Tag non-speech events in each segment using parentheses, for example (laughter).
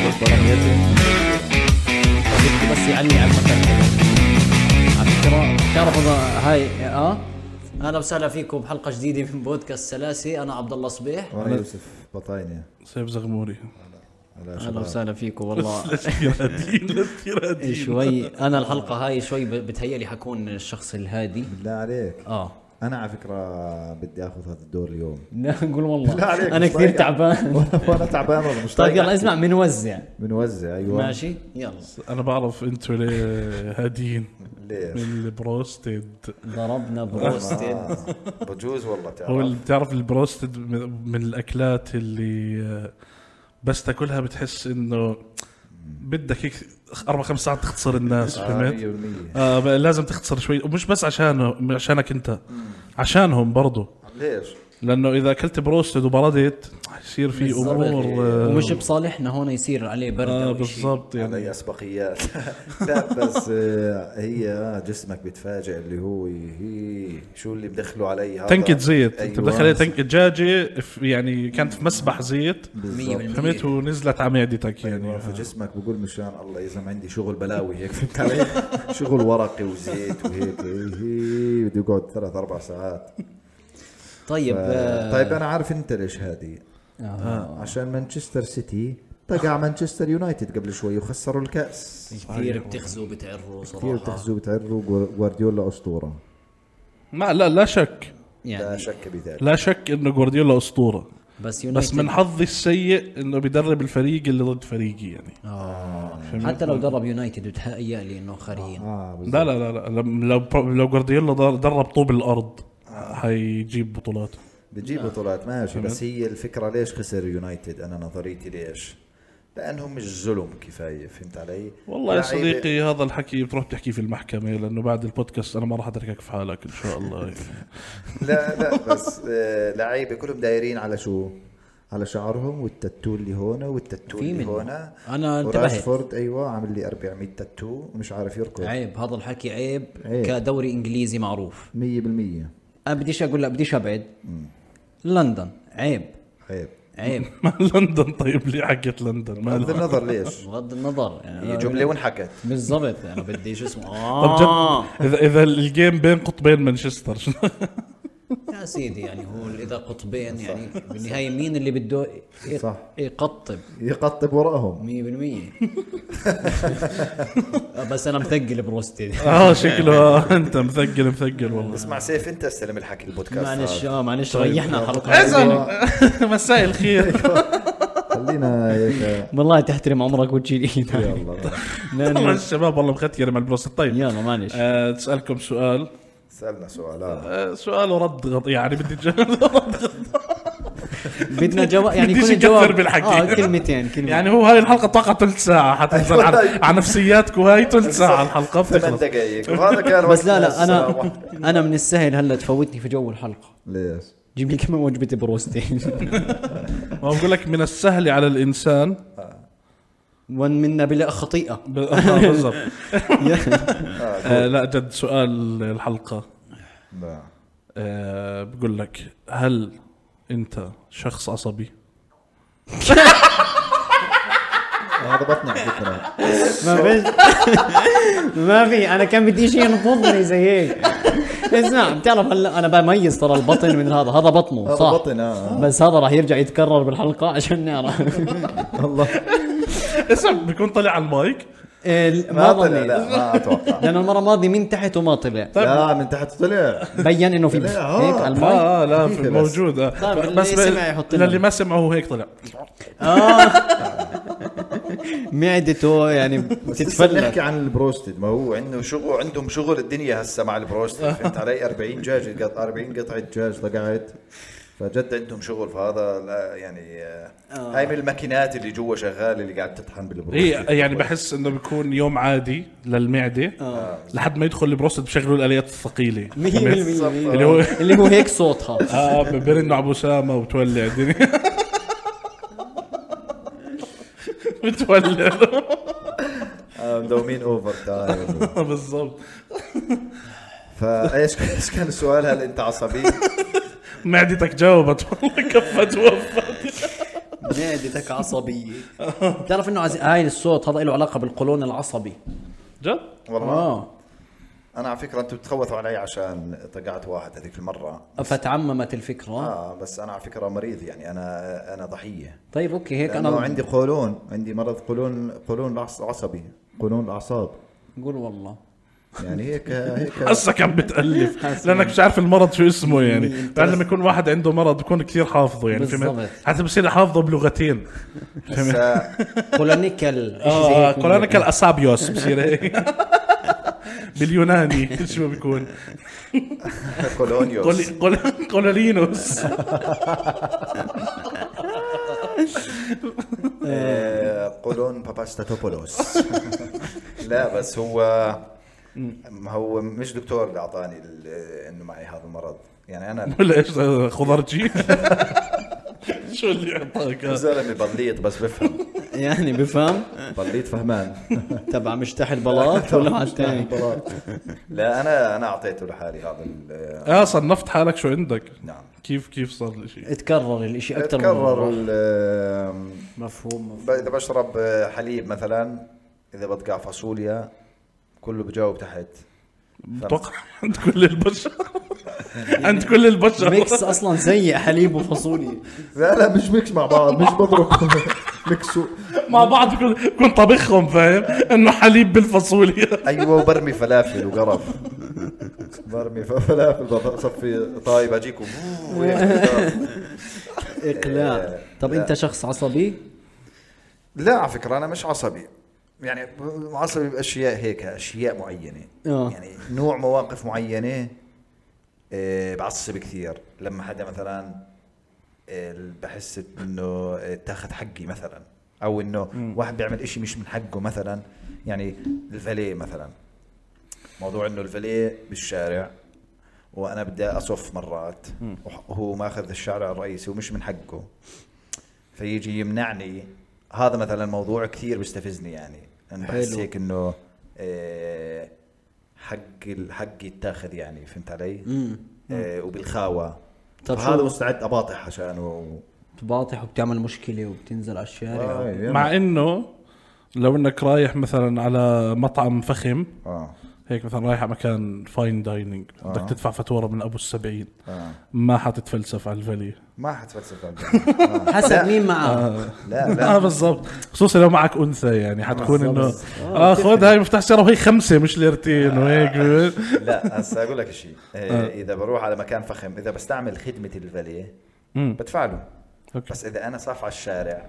بجد بدك بس يعني على المكان على فكره تعرف إذا- هاي اه اهلا وسهلا فيكم بحلقه جديده من بودكاست سلاسي انا عبد الله صبيح وانا يوسف بطاينه سيف زغموري على اهلا شباب وسهلا فيكم (laughs) والله لا تصير هادين لا تصير هادين إيه، شوي انا الحلقه هاي شوي ب- بتهيألي حكون الشخص الهادي بالله عليك اه انا على فكره بدي اخذ هذا الدور (laughs) اليوم (laughs) نقول بالله عليك والله انا مش كثير طايقك. تعبان (laughs) وانا تعبان والله مش طيب طايق يلا اسمع بنوزع بنوزع ايوه ماشي يلا انا بعرف انتوا ليه هادين ليش؟ من البروستد (laughs) ضربنا بروستد آه، بجوز والله هو اللي تعرف بتعرف البروستد من من الاكلات اللي آه، بس تاكلها بتحس انه بدك هيك اربع خمس ساعات تختصر الناس آه، فهمت؟ فهمت؟ آه بقى لازم تختصر شوي ومش بس عشانه عشانك انت عشانهم برضه ليش؟ لانه اذا اكلت بروستد وبردت يصير في بالظبط. امور آه، إيه، ومش بصالحنا هون يصير عليه برد آه أو شيء. بالضبط يعني علي اسبقيات (laughs) لا بس آه، هي جسمك بتفاجئ اللي هو هي شو اللي بدخله علي هذا تنكة زيت انت أيوة. مدخل عليه تنكة دجاجة في- يعني كانت في مسبح زيت مية بالمية. فهمت ونزلت على معدتك يعني فجسمك أيوة، بقول مشان الله اذا ما عندي شغل بلاوي هيك فهمت (laughs) علي؟ شغل ورقي وزيت وهيك هي- هي بده يقعد ثلاث اربع ساعات طيب آه، طيب انا عارف انت ليش هادي آه. آه، عشان مانشستر سيتي طقع مانشستر يونايتد قبل شوي وخسروا الكاس كثير بتخزوا بتعروا كثير صراحه تحزوا بتعروا جوا- جوارديولا اسطوره ما لا لا شك لا يعني شك بذلك لا شك انه جوارديولا اسطورة بس بس من يونايتد حظي السيء انه بيدرب الفريق اللي ضد فريقي يعني فهمت؟ حتى لو درب يونايتد بتهيألي انه آه. خارجين اه بالظبط. لا لا لا لا لم- لو برو- لو جوارديولا در- درب طوب الارض آه. حيجيب بطولات بتجيب بطولات ماشي بس هي الفكره ليش خسر يونايتد انا نظريتي ليش لانهم مش ظلم كفايه فهمت علي والله يا لعيبة- صديقي هذا الحكي بتروح تحكيه في المحكمة لأنه بعد البودكاست أنا ما راح أتركك في حالك إن شاء الله (laughs) يعني. لا لا بس آه، لعيبه كلهم دايرين على شو على شعرهم والتاتو اللي هون والتاتو في اللي منه. هون أنا انتبهت. وراشفورد ايوه عامل لي 400 تاتو ومش عارف يركض عيب هذا الحكي عيب عيب. كدوري انجليزي معروف مية بالمية انا بديش اقول لا بديش ابعد لندن عيب عيب عيب ما لندن طيب ليه حكيت لندن ما بغض النظر ليش بغض النظر يعني (laughs) هي جملة وانحكت بالضبط انا بدي شو اسمه آه. طب جد اه اذا اذا الجيم بين قطبين مانشستر شنو يا سيدي يعني هو اذا قطبين يعني بالنهايه مين اللي بده ي- صح. يقطب يقطب وراهم 100% (laughs) بس انا مثقل بروستي اه شكله (laughs) آه، انت مثقل مثقل والله اسمع سيف انت استلم الحكي البودكاست معلش هذا. اه معلش طيب، ريحنا الحلقه اذن (laughs) مساء (laughs) الخير خلينا هيك والله تحترم عمرك وتجي لي يلا والله الشباب والله مختير مع البروس طيب يلا معلش آه، تسالكم سؤال سالنا سؤال آه. آه، سؤال ورد غط يعني بدي جواب بدنا جواب يعني بديش كل نكثر جواب بالحكي. اه كلمتين كلمتين (laughs) يعني هو هاي الحلقه طاقه ثلث ساعه (laughs) حتنزل عن عن نفسياتكم هاي ثلث ساعه الحلقه (laughs) ثمان بتخلص دقائق وهذا كان بس لا وقتنا لا الساعة انا واحدة. انا من السهل هلا تفوتني في جو الحلقه ليش؟ جيب لي كمان وجبه بروستي ما بقول لك من السهل على الانسان وان منا بلا (laughs) خطيئه ب- (laughs) آه، بالضبط آه. آه، لا جد سؤال الحلقه لا. آه بقول لك هل انت شخص عصبي؟ هذا بطنع فكرة ما فيش (laughs) ما في انا كان بدي شيء ينفضني زي هيك اسمع بتعرف هلا انا بميز ترى البطن من هذا هذا بطنه هذا صح بطن، آه. بس هذا راح يرجع يتكرر بالحلقه عشان (laughs) نعرف الله اسم بيكون طلع على المايك ال- ما (laughs) إيه، ما طلع ظني طيب. لا ما (laughs) اتوقع لانه المره الماضيه من تحت وما طلع لا من تحت طلع بين انه في لا، هيك آه. على المايك اه آه، لا خفيفة في- بس. موجود آه. طيب، اللي سمع يحط لنا. للي ما سمعه هو هيك طلع معدته يعني تتفلح بتتفلت نحكي عن البروستد ما هو عنده شغل عندهم شغل الدنيا هسه مع (laughs) البروستد فهمت علي 40 دجاج قط- 40 قطعه دجاج طقعت فجد عندهم شغل فهذا لا يعني آه، هاي من الماكينات اللي جوا شغاله اللي قاعد تطحن بالبروستد هي يعني بحس انه بيكون يوم عادي للمعده آه. لحد ما يدخل البروستد بشغلوا الاليات الثقيله 100% اللي اللي هو اللي هو هيك صوتها اه بيرنوا على اسامه وتولع (laughs) الدنيا بتولع (laughs) آه، مدومين اوفر تايم بالضبط فايش ايش كان السؤال هل انت عصبي؟ معدتك جاوبت والله كفت وفت معدتك عصبيه (laughs) بتعرف انه عز... هاي الصوت هذا له علاقه بالقولون العصبي جد؟ والله اه انا على فكره انتم بتخوثوا علي عشان طقعت واحد هذيك المره فتعممت الفكره اه بس انا على فكره مريض يعني انا انا ضحيه طيب اوكي هيك لانه انا عندي قولون عندي مرض قولون قولون العص- عصبي قولون الاعصاب قول والله يعني هيك هيك هسه كان بتالف لانك مش عارف المرض شو اسمه يعني بعد لما يكون واحد عنده مرض بكون كثير حافظه يعني بالضبط. فهمت حتى بصير حافظه بلغتين فهمت هسا (laughs) كولونيكال اه كولونيك الاسابيوس بصير هيك باليوناني شو بيكون كولونيوس قول- قول- قولولينوس آه، قولون باباستاتوبولوس (laughs) لا بس هو ما هو مش دكتور اللي اعطاني ال- انه معي هذا المرض يعني (laughs) (laughs) انا ولا ايش آه، خضرجي (laughs) شو اللي اعطاك آه؟ زلمه بليط بس بفهم يعني بفهم بليط فهمان تبع مشتاح (laughs) البلاط ولا على الثاني لا انا انا اعطيته لحالي هذا ال- آه، اه صنفت حالك شو عندك نعم كيف كيف صار الاشي اتكرر الاشي اكثر من تكرر مرة. ال- مفهوم مفهوم ب- اذا بشرب آه، حليب مثلا اذا بقع فاصوليا كله بجاوب تحت بتوقع عند كل البشر عند كل ميكس البشر اصلا سيء حليب وفاصوليا لا لا مش ميكس مع بعض مش بضرب (laughs) ميكسو مع بعض كل كل طبخهم فاهم انه حليب بالفاصوليا ايوه وبرمي فلافل وقرف برمي ف- فلافل بصفي طيب اجيكم (laughs) اقلاع إيه. طب انت شخص عصبي لا على فكره انا مش عصبي يعني عصبي باشياء هيك اشياء معينه آه. يعني نوع مواقف معينه آه، بعصب كثير لما حدا مثلا آه، بحس انه آه، اتاخذ حقي مثلا او انه واحد بيعمل إشي مش من حقه مثلا يعني الفاليه مثلا موضوع انه الفاليه بالشارع وانا بدي اصف مرات وح- وهو ماخذ الشارع الرئيسي ومش من حقه فيجي يمنعني هذا مثلا موضوع كثير بيستفزني يعني انا بحس حلو. هيك انه آه، حق ال- حقي يتاخذ يعني فهمت علي؟ آه، وبالخاوه طب طب شو- هذا مستعد اباطح عشانه بتباطح وبتعمل مشكله وبتنزل على الشارع آه. مع انه لو انك رايح مثلا على مطعم فخم اه هيك مثلا رايح على مكان فاين دايننج آه. بدك تدفع فاتوره من ابو السبعين اه ما حتتفلسف على الفالي ما حتفلسف آه. (laughs) حسب مين معه لا اه لا بالضبط خصوصا لو معك انثى يعني حتكون انه آه، بالضبط. اه خذ هاي مفتاح سياره وهي خمسه مش ليرتين وهيك لا هسا اقول لك شيء اذا بروح على مكان فخم اذا بستعمل خدمه الفاليه مم. بدفع له أوكي. بس اذا انا صاف على الشارع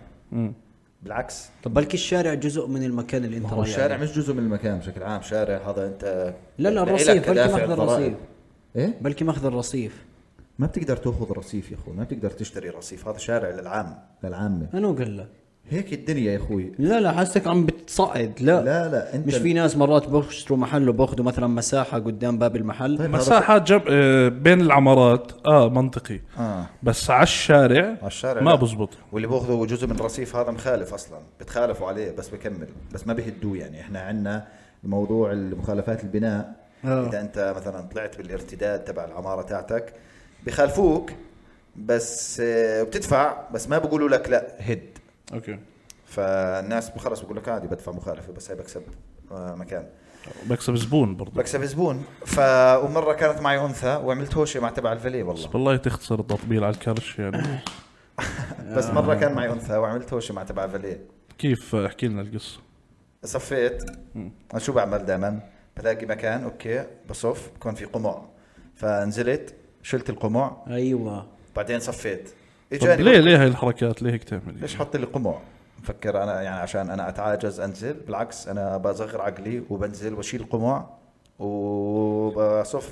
بالعكس طب بلكي الشارع جزء من المكان اللي انت هو رايح الشارع الشارع مش جزء من المكان بشكل عام شارع هذا انت يعني لا لا لإلك الرصيف بلكي كدافع ماخذ الضرائب. الرصيف ايه بلكي ماخذ الرصيف ما بتقدر تاخذ رصيف يا اخوي ما بتقدر تشتري رصيف هذا شارع للعام للعامه انا قال لك هيك الدنيا يا اخوي لا لا حاسك عم بتصعد لا لا لا انت مش في ناس مرات بشتروا محل وباخذوا مثلا مساحه قدام باب المحل طيب. مساحه جب... آه بين العمارات اه منطقي اه بس على الشارع على الشارع ما لا. بزبط واللي بياخذوا جزء من الرصيف هذا مخالف اصلا بتخالفوا عليه بس بكمل بس ما بيهدوه يعني احنا عندنا موضوع المخالفات البناء آه. اذا انت مثلا طلعت بالارتداد تبع العماره تاعتك بخالفوك بس آه، بتدفع بس ما بيقولوا لك لا هد اوكي فالناس خلص بقول لك عادي بدفع مخالفه بس هي بكسب آه، مكان بكسب زبون برضه بكسب زبون ف ومره كانت معي انثى وعملت هوشه مع تبع الفلي والله والله تخسر التطبيل على الكرش (coughs) يعني بس آه. مره كان معي انثى وعملت هوشه مع تبع الفلي كيف آه، احكي لنا القصه صفيت أنا شو بعمل دائما بلاقي مكان اوكي بصف بكون في قمع فنزلت شلت القمع ايوه بعدين صفيت طب ليه ليه هاي الحركات ليه هيك تعمل يعني؟ ليش حط لي قمع مفكر انا يعني عشان انا اتعاجز انزل بالعكس انا بصغر عقلي وبنزل واشيل قمع وبصف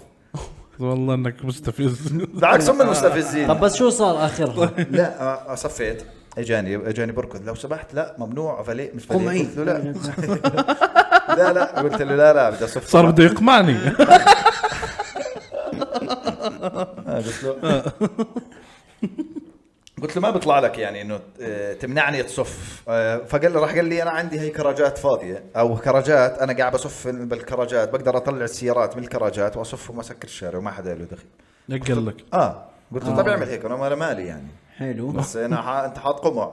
والله انك (laughs) مستفز بالعكس هم المستفزين طب بس شو صار (laughs) اخرها لا أ- صفيت اجاني اجاني بركض لو سمحت لا ممنوع فلي مش قم فلي عيد. قلت له لا لا لا قلت له لا لا بدي اصف صار بده (laughs) يقمعني آه، قلت له (laughs) قلت له ما بيطلع لك يعني انه آه، تمنعني تصف آه، فقال لي راح قال لي انا عندي هي كراجات فاضيه او كراجات انا قاعد بصف بالكراجات بقدر اطلع السيارات من الكراجات واصفهم واسكر الشارع وما حدا له دخل آه، قال لك طيب اه قلت له طب اعمل هيك انا ما- أنا مالي يعني حلو بس انا ح- انت حاط قمع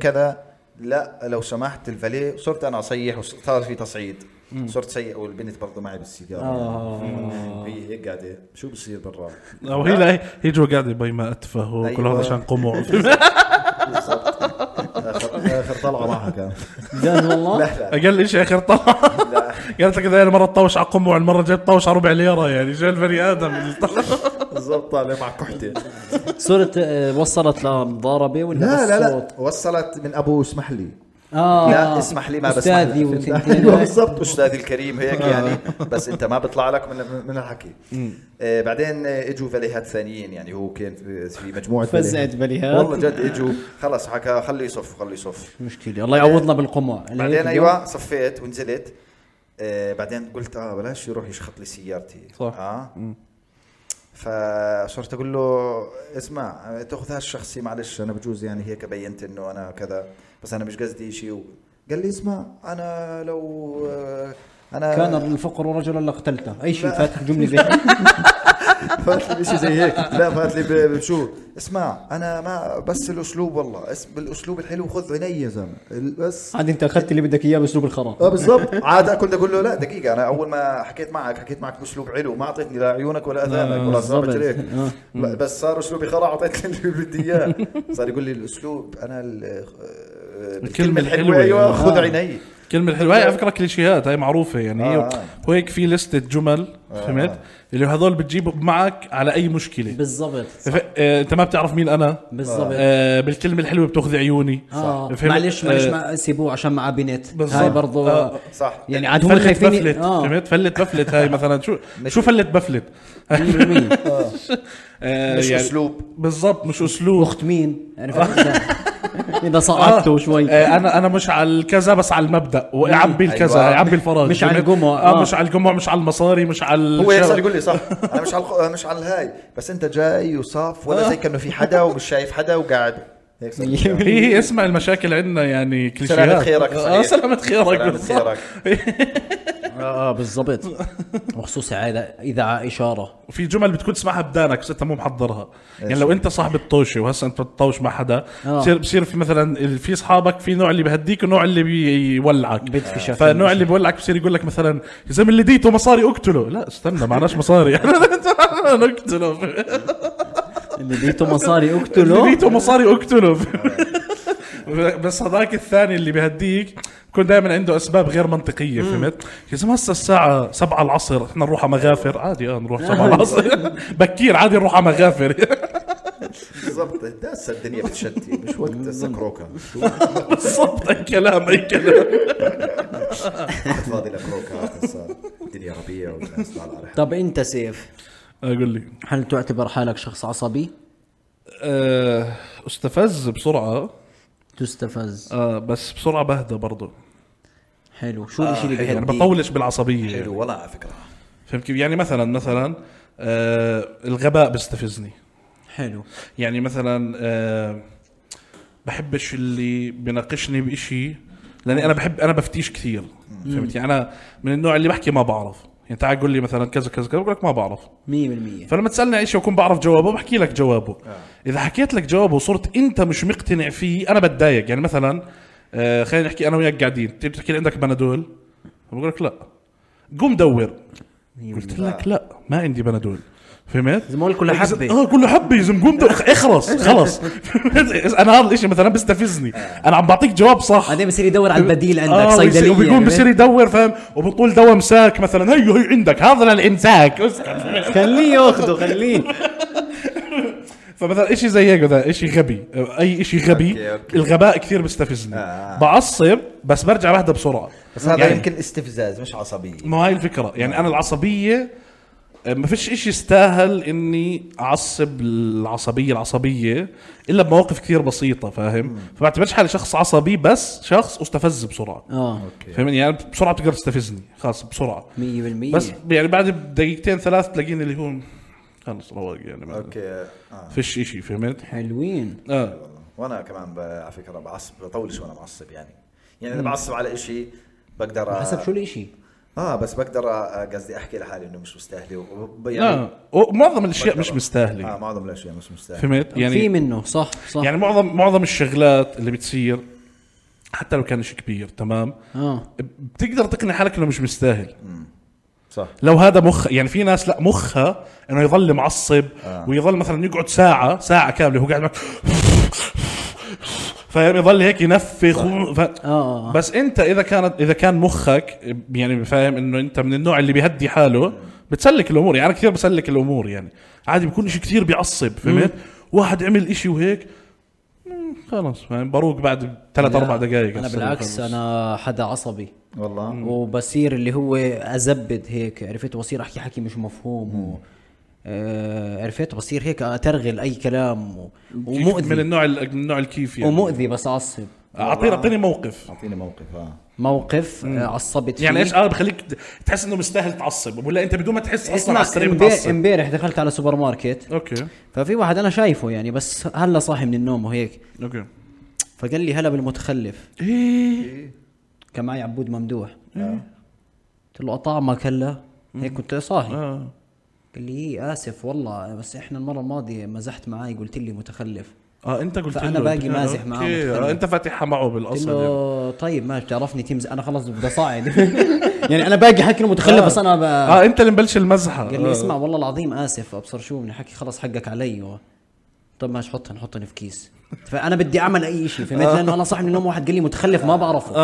كذا لا لو سمحت الفاليه صرت انا اصيح وصار في تصعيد صرت سيء والبنت برضه معي بالسيجاره آه. هي هيك قاعده شو بصير برا او هي لا هي جو قاعده بي ما اتفه وكل هذا أيوة. عشان (laughs) قمع بالضبط اخر آخر طلعه معها كان جد والله (laughs) لا لا اقل شيء اخر طلع لا قالت لك هذا المره تطوش على قمع المره جاي تطوش على ربع ليره يعني جاي البني ادم (laughs) اللي طلع. بالضبط طالع مع كحته صرت آه، وصلت لمضاربه ولا لا بس لا لا صوت؟ وصلت من ابو اسمح لي اه لا اسمح لي ما بسمح استاذي لك. وتنتين أيوة (laughs) بالضبط استاذي الكريم هيك يعني بس انت ما بيطلع لك من من الحكي آه بعدين آه، اجوا فليهات ثانيين يعني هو كان في في مجموعه فزعت بليهات. والله جد اجوا خلص حكى خليه يصف خليه يصف مشكله الله يعوضنا بالقمع اللي هيك بعدين اليوم. ايوه صفيت ونزلت آه بعدين قلت اه بلاش يروح يشخط لي سيارتي صح. اه فصرت اقول له اسمع آه، تاخذها الشخصي معلش انا بجوز يعني هيك بينت انه انا كذا بس انا مش قصدي شيء و... قال لي اسمع انا لو آه، انا كان الفقر رجلا لقتلته اي شيء فاتح جمله زي هيك. (laughs) فات لي شيء زي هيك لا فات لي ب- بشو اسمع انا ما بس الاسلوب والله اس- بالاسلوب الحلو خذ عيني يا زلمه ال- بس عاد انت اخذت اللي بدك اياه باسلوب الخرا آه، اه بالضبط (laughs) عاد كنت اقول له لا دقيقه انا اول ما حكيت معك حكيت معك باسلوب حلو ما اعطيتني لا عيونك آه، ولا اذانك ولا صابت بالضبط. ليك اه. ب- بس صار اسلوبي خرا اعطيتني اللي (laughs) بدي اياه صار يقول لي الاسلوب انا ال- آه، الكلمة الحلوة. ايوه آه. خذ عيني كلمة حلوة هاي على فكرة كليشيهات هاي معروفة يعني آه. آه. هو هيك في لستة جمل فهمت اللي هذول بتجيبهم معك على أي مشكلة بالضبط ف- آه، أنت ما بتعرف مين أنا بالضبط آه بالكلمة الحلوة بتاخذ عيوني اه فهمت؟ معلش معلش آه، ما سيبوه عشان معاه بنت بالضبط. هاي برضو آه. صح يعني عاد هم فلت خايفين بفلت اه فهمت فلت بفلت هاي مثلا شو شو فلت بفلت 100% (laughs) آه، مش يعني اسلوب بالضبط مش اسلوب اخت مين (laughs) عرفت اذا صعدته آه. شوي (laughs) آه انا انا مش على الكذا بس على المبدا واعبي الكذا أيوة. اعبي الفراغ مش على فهمت؟ الجمعة، آه. اه مش على الجمعه مش على المصاري مش على هو هيك صار الشغل. يقول لي صح انا مش على الخ- مش على الهاي بس انت جاي وصاف آه. ولا زي كانه في حدا ومش شايف حدا وقاعد هيك صار يقول لي. هي هي اسمع المشاكل عندنا يعني كليشيهات سلامة خيرك، صحيح. اه سلامة خيرك سلامة بالضبط. خيرك. اه آه، (laughs) بالضبط وخصوصا هذا اذا ع- اشاره وفي جمل بتكون تسمعها بدانك بس انت مو محضرها يعني لو انت صاحب الطوشه وهسه انت بتطوش مع حدا آه. بصير بصير في مثلا ال- في اصحابك في نوع اللي بهديك ونوع اللي بيولعك بدفشك. فالنوع اللي بيولعك بصير يقول لك مثلا يا زلمه اللي ديته مصاري اقتله لا استنى معناش مصاري (laughs) نقتله اللي ديته مصاري اللي اقتله ديته مصاري اقتله (laughs) بس هذاك الثاني اللي بهديك بكون دائما عنده اسباب غير منطقيه فهمت؟ يا زلمه هسه الساعه 7 العصر احنا نروح على مغافر عادي اه نروح (laughs) 7 العصر بكير عادي نروح على مغافر (laughs) بالضبط هسه الدنيا بتشتي مش وقت هسه كروكا شو بالضبط اي كلام اي كلام واحد فاضي لكروكات هسه الدنيا ربيع والناس طالعه رح طب انت سيف اقول لي هل تعتبر حالك شخص عصبي آه، استفز بسرعه تستفز آه، بس بسرعه بهدى برضه حلو شو الشيء اللي يعني بيهديك بطولش بالعصبيه يعني. حلو والله على فكره فهمت كيف يعني مثلا مثلا آه، الغباء بيستفزني حلو يعني مثلا آه بحبش اللي بناقشني بإشي لاني انا بحب انا بفتيش كثير فهمت يعني انا من النوع اللي بحكي ما بعرف يعني تعال قول لي مثلا كذا كذا كذا بقول لك ما بعرف 100% فلما تسالني عن شيء واكون بعرف جوابه بحكي لك جوابه آه. اذا حكيت لك جوابه وصرت انت مش مقتنع فيه انا بتضايق يعني مثلا آه خلينا نحكي انا وياك قاعدين تيجي تحكي لي عندك بنادول بقول لك لا قوم دور قلت لك لا ما عندي بنادول فهمت؟ أيوة. زي ما أقول لك كلها حبة. اه كله حبه يا زلمه قوم دور إيه، اخرس (laughs) (laughs) خلص فهمت؟ انا هذا الشيء مثلا بيستفزني انا عم بعطيك جواب صح بعدين بصير يدور على البديل عندك يعني. آه، ويصير- صيدليه وبيقوم عرفت؟ بصير يدور فاهم وبطول دواء مساك مثلا هيو هي عندك هذا الامساك اسكت خليه ياخذه خليه فمثلا اشي زي هيك مثلا اشي غبي اي اشي غبي أوكي، أوكي. الغباء كثير بيستفزني آه. بعصب بس برجع بهدى بسرعه بس هذا يعني يمكن استفزاز مش عصبيه ما هاي الفكره يعني انا العصبيه آه، ما فيش اشي يستاهل اني اعصب العصبيه العصبيه الا بمواقف كثير بسيطه فاهم فبعتبرش حالي شخص عصبي بس شخص استفز بسرعه اه فاهمني يعني بسرعه بتقدر تستفزني خلاص بسرعه 100% إيه. بس يعني بعد بدقيقتين ثلاث تلاقيني اللي هو خلص رواق يعني ما اوكي آه. فيش اشي فهمت حلوين اه وانا كمان ب- على فكره بعصب بطولش وانا معصب يعني يعني اذا بعصب على إشي بقدر أ- حسب شو الاشي اه بس بقدر أ- قصدي احكي لحالي انه مش مستاهله وب- لا ومعظم الاشياء مش بقدر- اه مستاهله معظم الاشياء مش مستاهله فهمت يعني في يعني منه صح صح يعني يعني معظم معظم الشغلات اللي بتصير حتى لو كان شيء كبير تمام اه بتقدر تقنع حالك انه مش مستاهل صح لو هذا مخ يعني في ناس لا مخها انه يظل معصب آه. ويظل مثلا يقعد ساعه ساعه كامله هو قاعد معك فيظل هيك ينفخ و... ف... آه. بس انت اذا كانت اذا كان مخك يعني فاهم انه انت من النوع اللي بيهدي حاله بتسلك الامور يعني انا كثير بسلك الامور يعني عادي بكون شيء كثير بيعصب فهمت واحد عمل إشي وهيك مم، خلص فاهم بروق بعد ثلاث اربع دقائق انا بالعكس انا حدا عصبي والله وبصير اللي هو ازبد هيك عرفت وبصير احكي حكي مش مفهوم و... آه عرفت بصير هيك اترغل اي كلام و... ومؤذي من ومؤذي النوع ال- من النوع الكيف يعني ومؤذي بس اعصب اعطيني اعطيني موقف اعطيني موقف اه موقف آه، عصبت فيه يعني ايش اه بخليك تحس انه مستاهل تعصب ولا انت بدون ما تحس اصلا على اسمع السريع امبارح بتعصب امبارح دخلت على سوبر ماركت اوكي ففي واحد انا شايفه يعني بس هلا صاحي من النوم وهيك اوكي فقال لي هلا بالمتخلف ايه إيه. كان معي عبود ممدوح قلت له اطعمك هلا هيك كنت صاحي اه قال لي إيه، اسف والله بس احنا المره الماضيه مزحت معي قلت لي متخلف اه انت قلت فأنا له باقي أنت- مازح معاه أوكي، متخلف. آه، انت فاتحها معه قلت بالاصل يعني. له طيب ما بتعرفني تيمز انا خلص بدي اصعد (laughs) يعني انا باقي حكي له متخلف بس انا ب... آه، اه انت اللي مبلش المزحه قال لي آه. اسمع والله العظيم اسف ابصر شو من حكي خلص حقك علي و... طب ماشي حطها نحطها في كيس فانا بدي اعمل اي شيء فهمت لانه انا صاحي من النوم واحد قال لي متخلف ما آه، بعرفه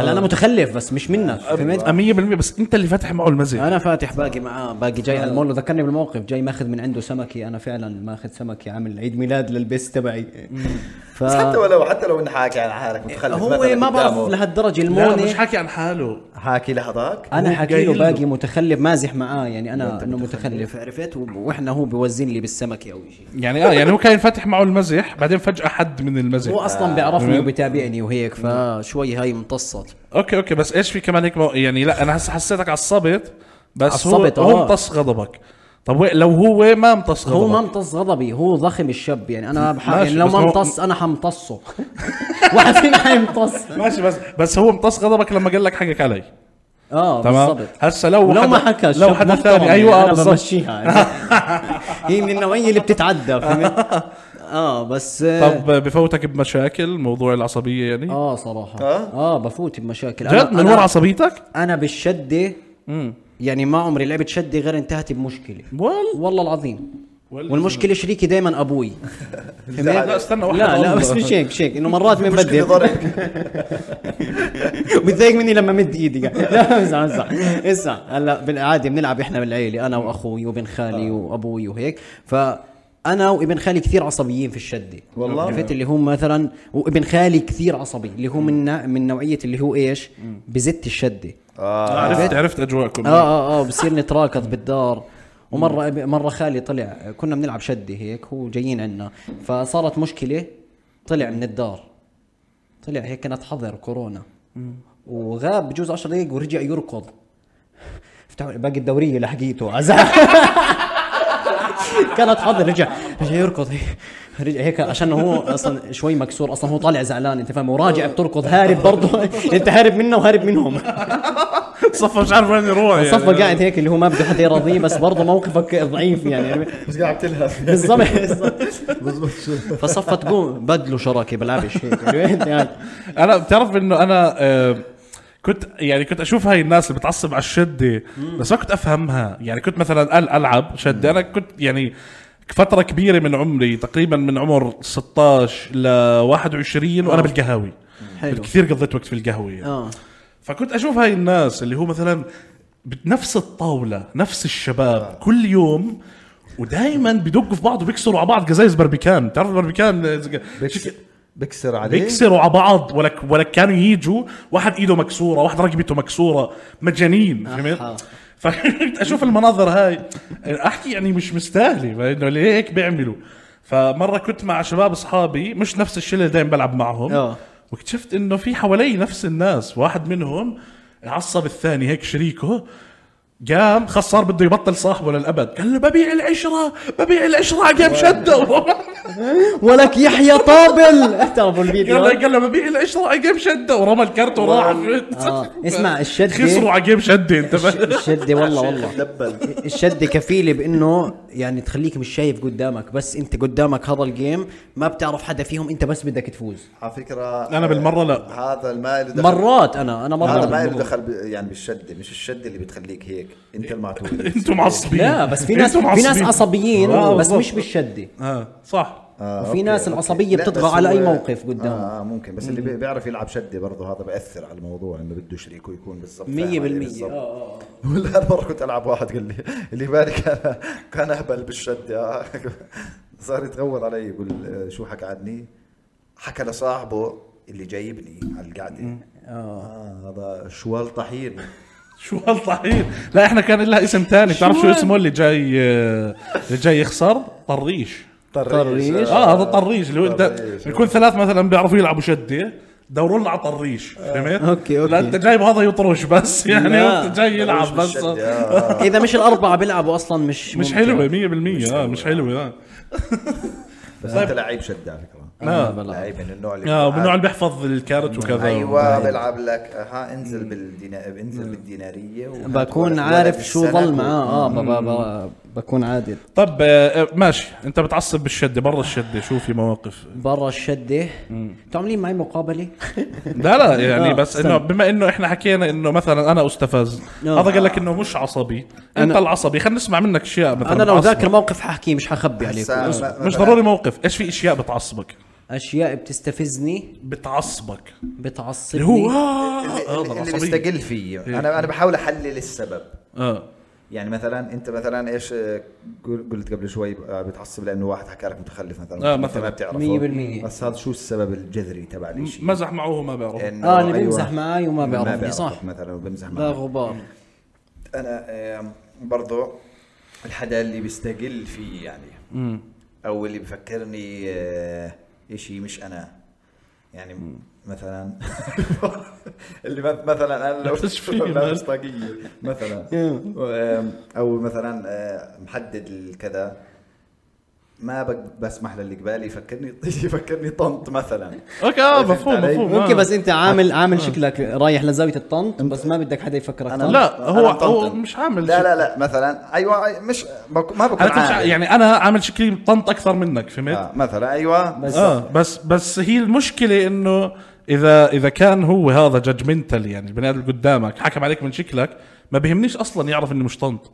هلا انا متخلف بس مش منك فهمت آه، 100% بس انت اللي فاتح معه المزح انا فاتح باقي معاه باقي آه. جاي على المول وذكرني بالموقف جاي ماخذ من عنده سمكي انا فعلا ماخذ سمكي عامل عيد ميلاد للبيس تبعي ف بس حتى ولو حتى لو انه حاكي عن حالك متخلف آه. هو مثلاً ما بعرف قدامه. لهالدرجه لا مش المونه حاكي عن حاله حاكي لحضاك انا هو حكي جاي له له. باقي متخلف مازح معاه يعني انا انه متخلف عرفت و- واحنا هو بيوزن لي بالسمكه او شيء يعني اه يعني هو كان فاتح معه المزح بعدين فجاه حد من المزح هو اصلا بيعرفني تمام. وبيتابعني وهيك فشوي هاي امتصت اوكي اوكي بس ايش في كمان هيك مو... يعني لا انا هسه حسيتك عصبت بس هو عصبت، هو آه. امتص غضبك طب وي- لو هو ما امتص غضبك هو ما امتص غضبي هو ضخم الشاب يعني انا بح... يعني ماشي، لو بس ما هو- امتص انا حمتصه (laughs) واحد فينا حيمتص ماشي بس بس هو امتص غضبك لما قال لك حقك علي اه تمام بالضبط هسه لو لو حدا- ما حكى الشاب لو حدا محترم ثاني يعني ايوه اه انا بالضبط بمشيها يعني. (laughs) هي من النوعيه اللي بتتعدى (laughs) فهمت اه بس طب بفوتك بمشاكل موضوع العصبيه يعني اه صراحه آه؟ اه بفوت بمشاكل جد من ورا عصبيتك انا بالشده يعني ما عمري لعبت شده غير انتهت بمشكله وال والله العظيم وال- والمشكله شريكي دائما (laughs) ابوي فهمت؟ لا، استنى واحد لا لا والله. بس مش هيك مش هيك انه مرات من (laughs) مشكلة بدي ضرب بتضايق مني لما مد ايدي (laughs) لا امزح امزح اسمع هلا بالعاده بنلعب احنا بالعيله انا واخوي وابن آه. خالي وابوي وهيك ف انا وابن خالي كثير عصبيين في الشده والله. عرفت اللي هم مثلا وابن خالي كثير عصبي اللي هو من من نوعيه اللي هو ايش بزت الشده اه آه، عرفت عرفت اجواءكم اه اه اه بصير نتراكض بالدار ومره مره خالي طلع كنا بنلعب شده هيك هو جايين عنا فصارت مشكله طلع من الدار طلع هيك كانت حظر كورونا وغاب بجوز 10 دقائق ورجع يركض فتحوا باقي الدوريه لحقيته عزاء (laughs) كانت حظر رجع رجع يركض هيك رجع هيك عشان هو اصلا شوي مكسور اصلا هو طالع زعلان انت فاهم وراجع بتركض هارب برضه (laughs) انت هارب منا وهارب منهم صفى مش عارف وين يروح يعني صفى قاعد هيك اللي هو ما بده حدا يرضيه بس برضه موقفك ضعيف يعني بس قاعد بتلهف بالضبط فصفى تقوم بدلوا شراكه بلعبش (laughs) هيك يعني انا بتعرف انه انا آه، كنت يعني كنت اشوف هاي الناس اللي بتعصب على الشده بس ما كنت افهمها يعني كنت مثلا أل- العب شده انا كنت يعني فترة كبيرة من عمري تقريبا من عمر 16 ل 21 وانا بالقهاوي آه. حلو. كثير قضيت وقت في القهوة يعني. اه فكنت اشوف هاي الناس اللي هو مثلا بنفس الطاوله نفس الشباب كل يوم ودائما بدقوا في بعض وبيكسروا على بعض قزايز بربيكان بتعرف البربيكان آه، شك- بكسر عليه بيكسروا على بعض ولا ولا كانوا يجوا واحد ايده مكسوره واحد رقبته مكسوره مجانين أحا. (laughs) فهمت فكنت اشوف المناظر هاي احكي يعني مش مستاهله فانه ليه هيك بيعملوا فمره كنت مع شباب اصحابي مش نفس الشله اللي دايما بلعب معهم آه. واكتشفت انه في حوالي نفس الناس واحد منهم عصب الثاني هيك شريكه قام خلص صار بده يبطل صاحبه للابد قال له ببيع العشره ببيع العشره على جنب شده (laughs) ولك يحيى طابل تعرفوا قال الفيديو له قال له ببيع العشره على جيم شده ورمى الكرت وراح (laughs) آه، اسمع، الشدة- خسروا على جيم شده انت الش- (laughs) فاهم؟ الشده والله والله دبل الشدة كفيلة بانه يعني تخليك مش شايف قدامك بس انت قدامك هذا الجيم ما بتعرف حدا فيهم انت بس بدك تفوز على فكره أنا بالمرة لا. هذا الماء اللي دخل مرات انا انا هذا ما مرات له دخل ب- يعني بالشده مش الشده اللي بتخليك هيك انت (laughs) المعتوه انتم معصبين لا بس في ناس انتم في ناس معصبين. عصبيين آه، بس مش آه. بالضبط. بالشدة اه صح وفي ناس العصبية بتطغى على أي موقف قدامه. آه آه، ممكن بس اللي بي- بيعرف يلعب شده برضه هذا بأثر على الموضوع انه بده شريكه يكون بالضبط فاهم عليه 100% بالضبط. اه اه (laughs) ولا مرة كنت العب واحد قال لي اللي بالي كان كان اهبل بالشده آه. (laughs) صار يتغور علي يقول آه، شو حكى عني؟ حكى لصاحبه اللي جايبني على القعده آه. اه هذا شوال طحين شو هالطحين لا احنا كان لها اسم ثاني بتعرف شو اسمه اللي جاي آه، اللي جاي يخسر طريش طريش. آه، اه آه، هذا طريش اللي هو انت طريش. يكون ثلاث مثلا بيعرفوا يلعبوا شده دوروا لنا على طريش فهمت؟ آه. أوكي، أوكي. لا انت جايب هذا يطرش بس (laughs) يعني لا. انت جاي يلعب طريش بس بالشدة، آه. إذا مش الأربعة بيلعبوا أصلا مش مش ممتع. حلوه 100% اه مش حلوه اه بس طيب. انت لعيب شد على فكره أنا آه. بلعب. لعيب من النوع اللي اه آه، بيلعب. ومن النوع اللي بيحفظ الكارت وكذا أيوة. ايوه بلعب لك ها انزل بالدينا انزل بالديناريه وهات ولد- بكون ولد عارف شو بالسنة ظل و- معاه اه ب- ب- ب- بكون عادل طب آه، آه، ماشي انت بتعصب بالشده برا الشده شو في (laughs) مواقف برا الشدة انتوا عاملين معي (laughs) مقابلة لا لا يعني آه، بس انه بما انه احنا حكينا انه مثلا انا استفز آه. هذا قال لك انه مش عصبي انت أنا- العصبي خلينا نسمع منك اشياء مثلا أنا لو بتعصبك. ذاكر موقف ححكيه مش حخبي عليكم هسا مش مثلاً ضروري موقف ايش في اشياء بتعصبك أشياء بتستفزني بتعصبك بتعصبني اللي هو آه، اللي- آه، إيه. هذا اللي العصبية. بيستقل فيي انا انا بحاول احلل السبب اه يعني مثلا انت مثلا ايش آه، قل- قلت قبل شوي آه، بتعصب لانه واحد حكى لك متخلف مثلا آه، أنت مثلاً. ما بتعرفه 100%. بس هذا شو السبب الجذري تبع أيوة. الشيء مزح معه وهو ما بيعرف آه، اللي بيمزح معاي وما بيعرفني، بيعرفك صح. مثلا وبيمزح لا معك غبار انا آم، برضو الحدا اللي بيستقل فيه يعني او اللي بفكرني آه، اشي مش انا يعني مثلا (laughs) اللي مث- مثلا انا (laughs) لو إيش في لابس طاقيه (laughs) مثلا آم، او مثلا آه، محدد الكذا ما بق- بسمح للي قبالي يفكرني (laughs) يفكرني طنط مثلا اوكي آه، فهمت مفهوم علي؟ مفهوم اوكي آه. بس انت عامل عامل شكلك رايح لزاويه الطنط بس ما بدك حدا يفكرك انا طنط. لا، أنا هو- هو مطنطن. مش عامل لا شيء. لا لا مثلا ايوه مش بك- ما بكون انا كنت آه. عامل. يعني انا عامل شكلي طنط اكثر منك فهمت؟ آه مثلا ايوه بس- اه بس بس هي المشكله انه اذا اذا كان هو هذا جادجمنتال يعني البني ادم اللي قدامك حكم عليك من شكلك ما بيهمنيش اصلا يعرف اني مش طنط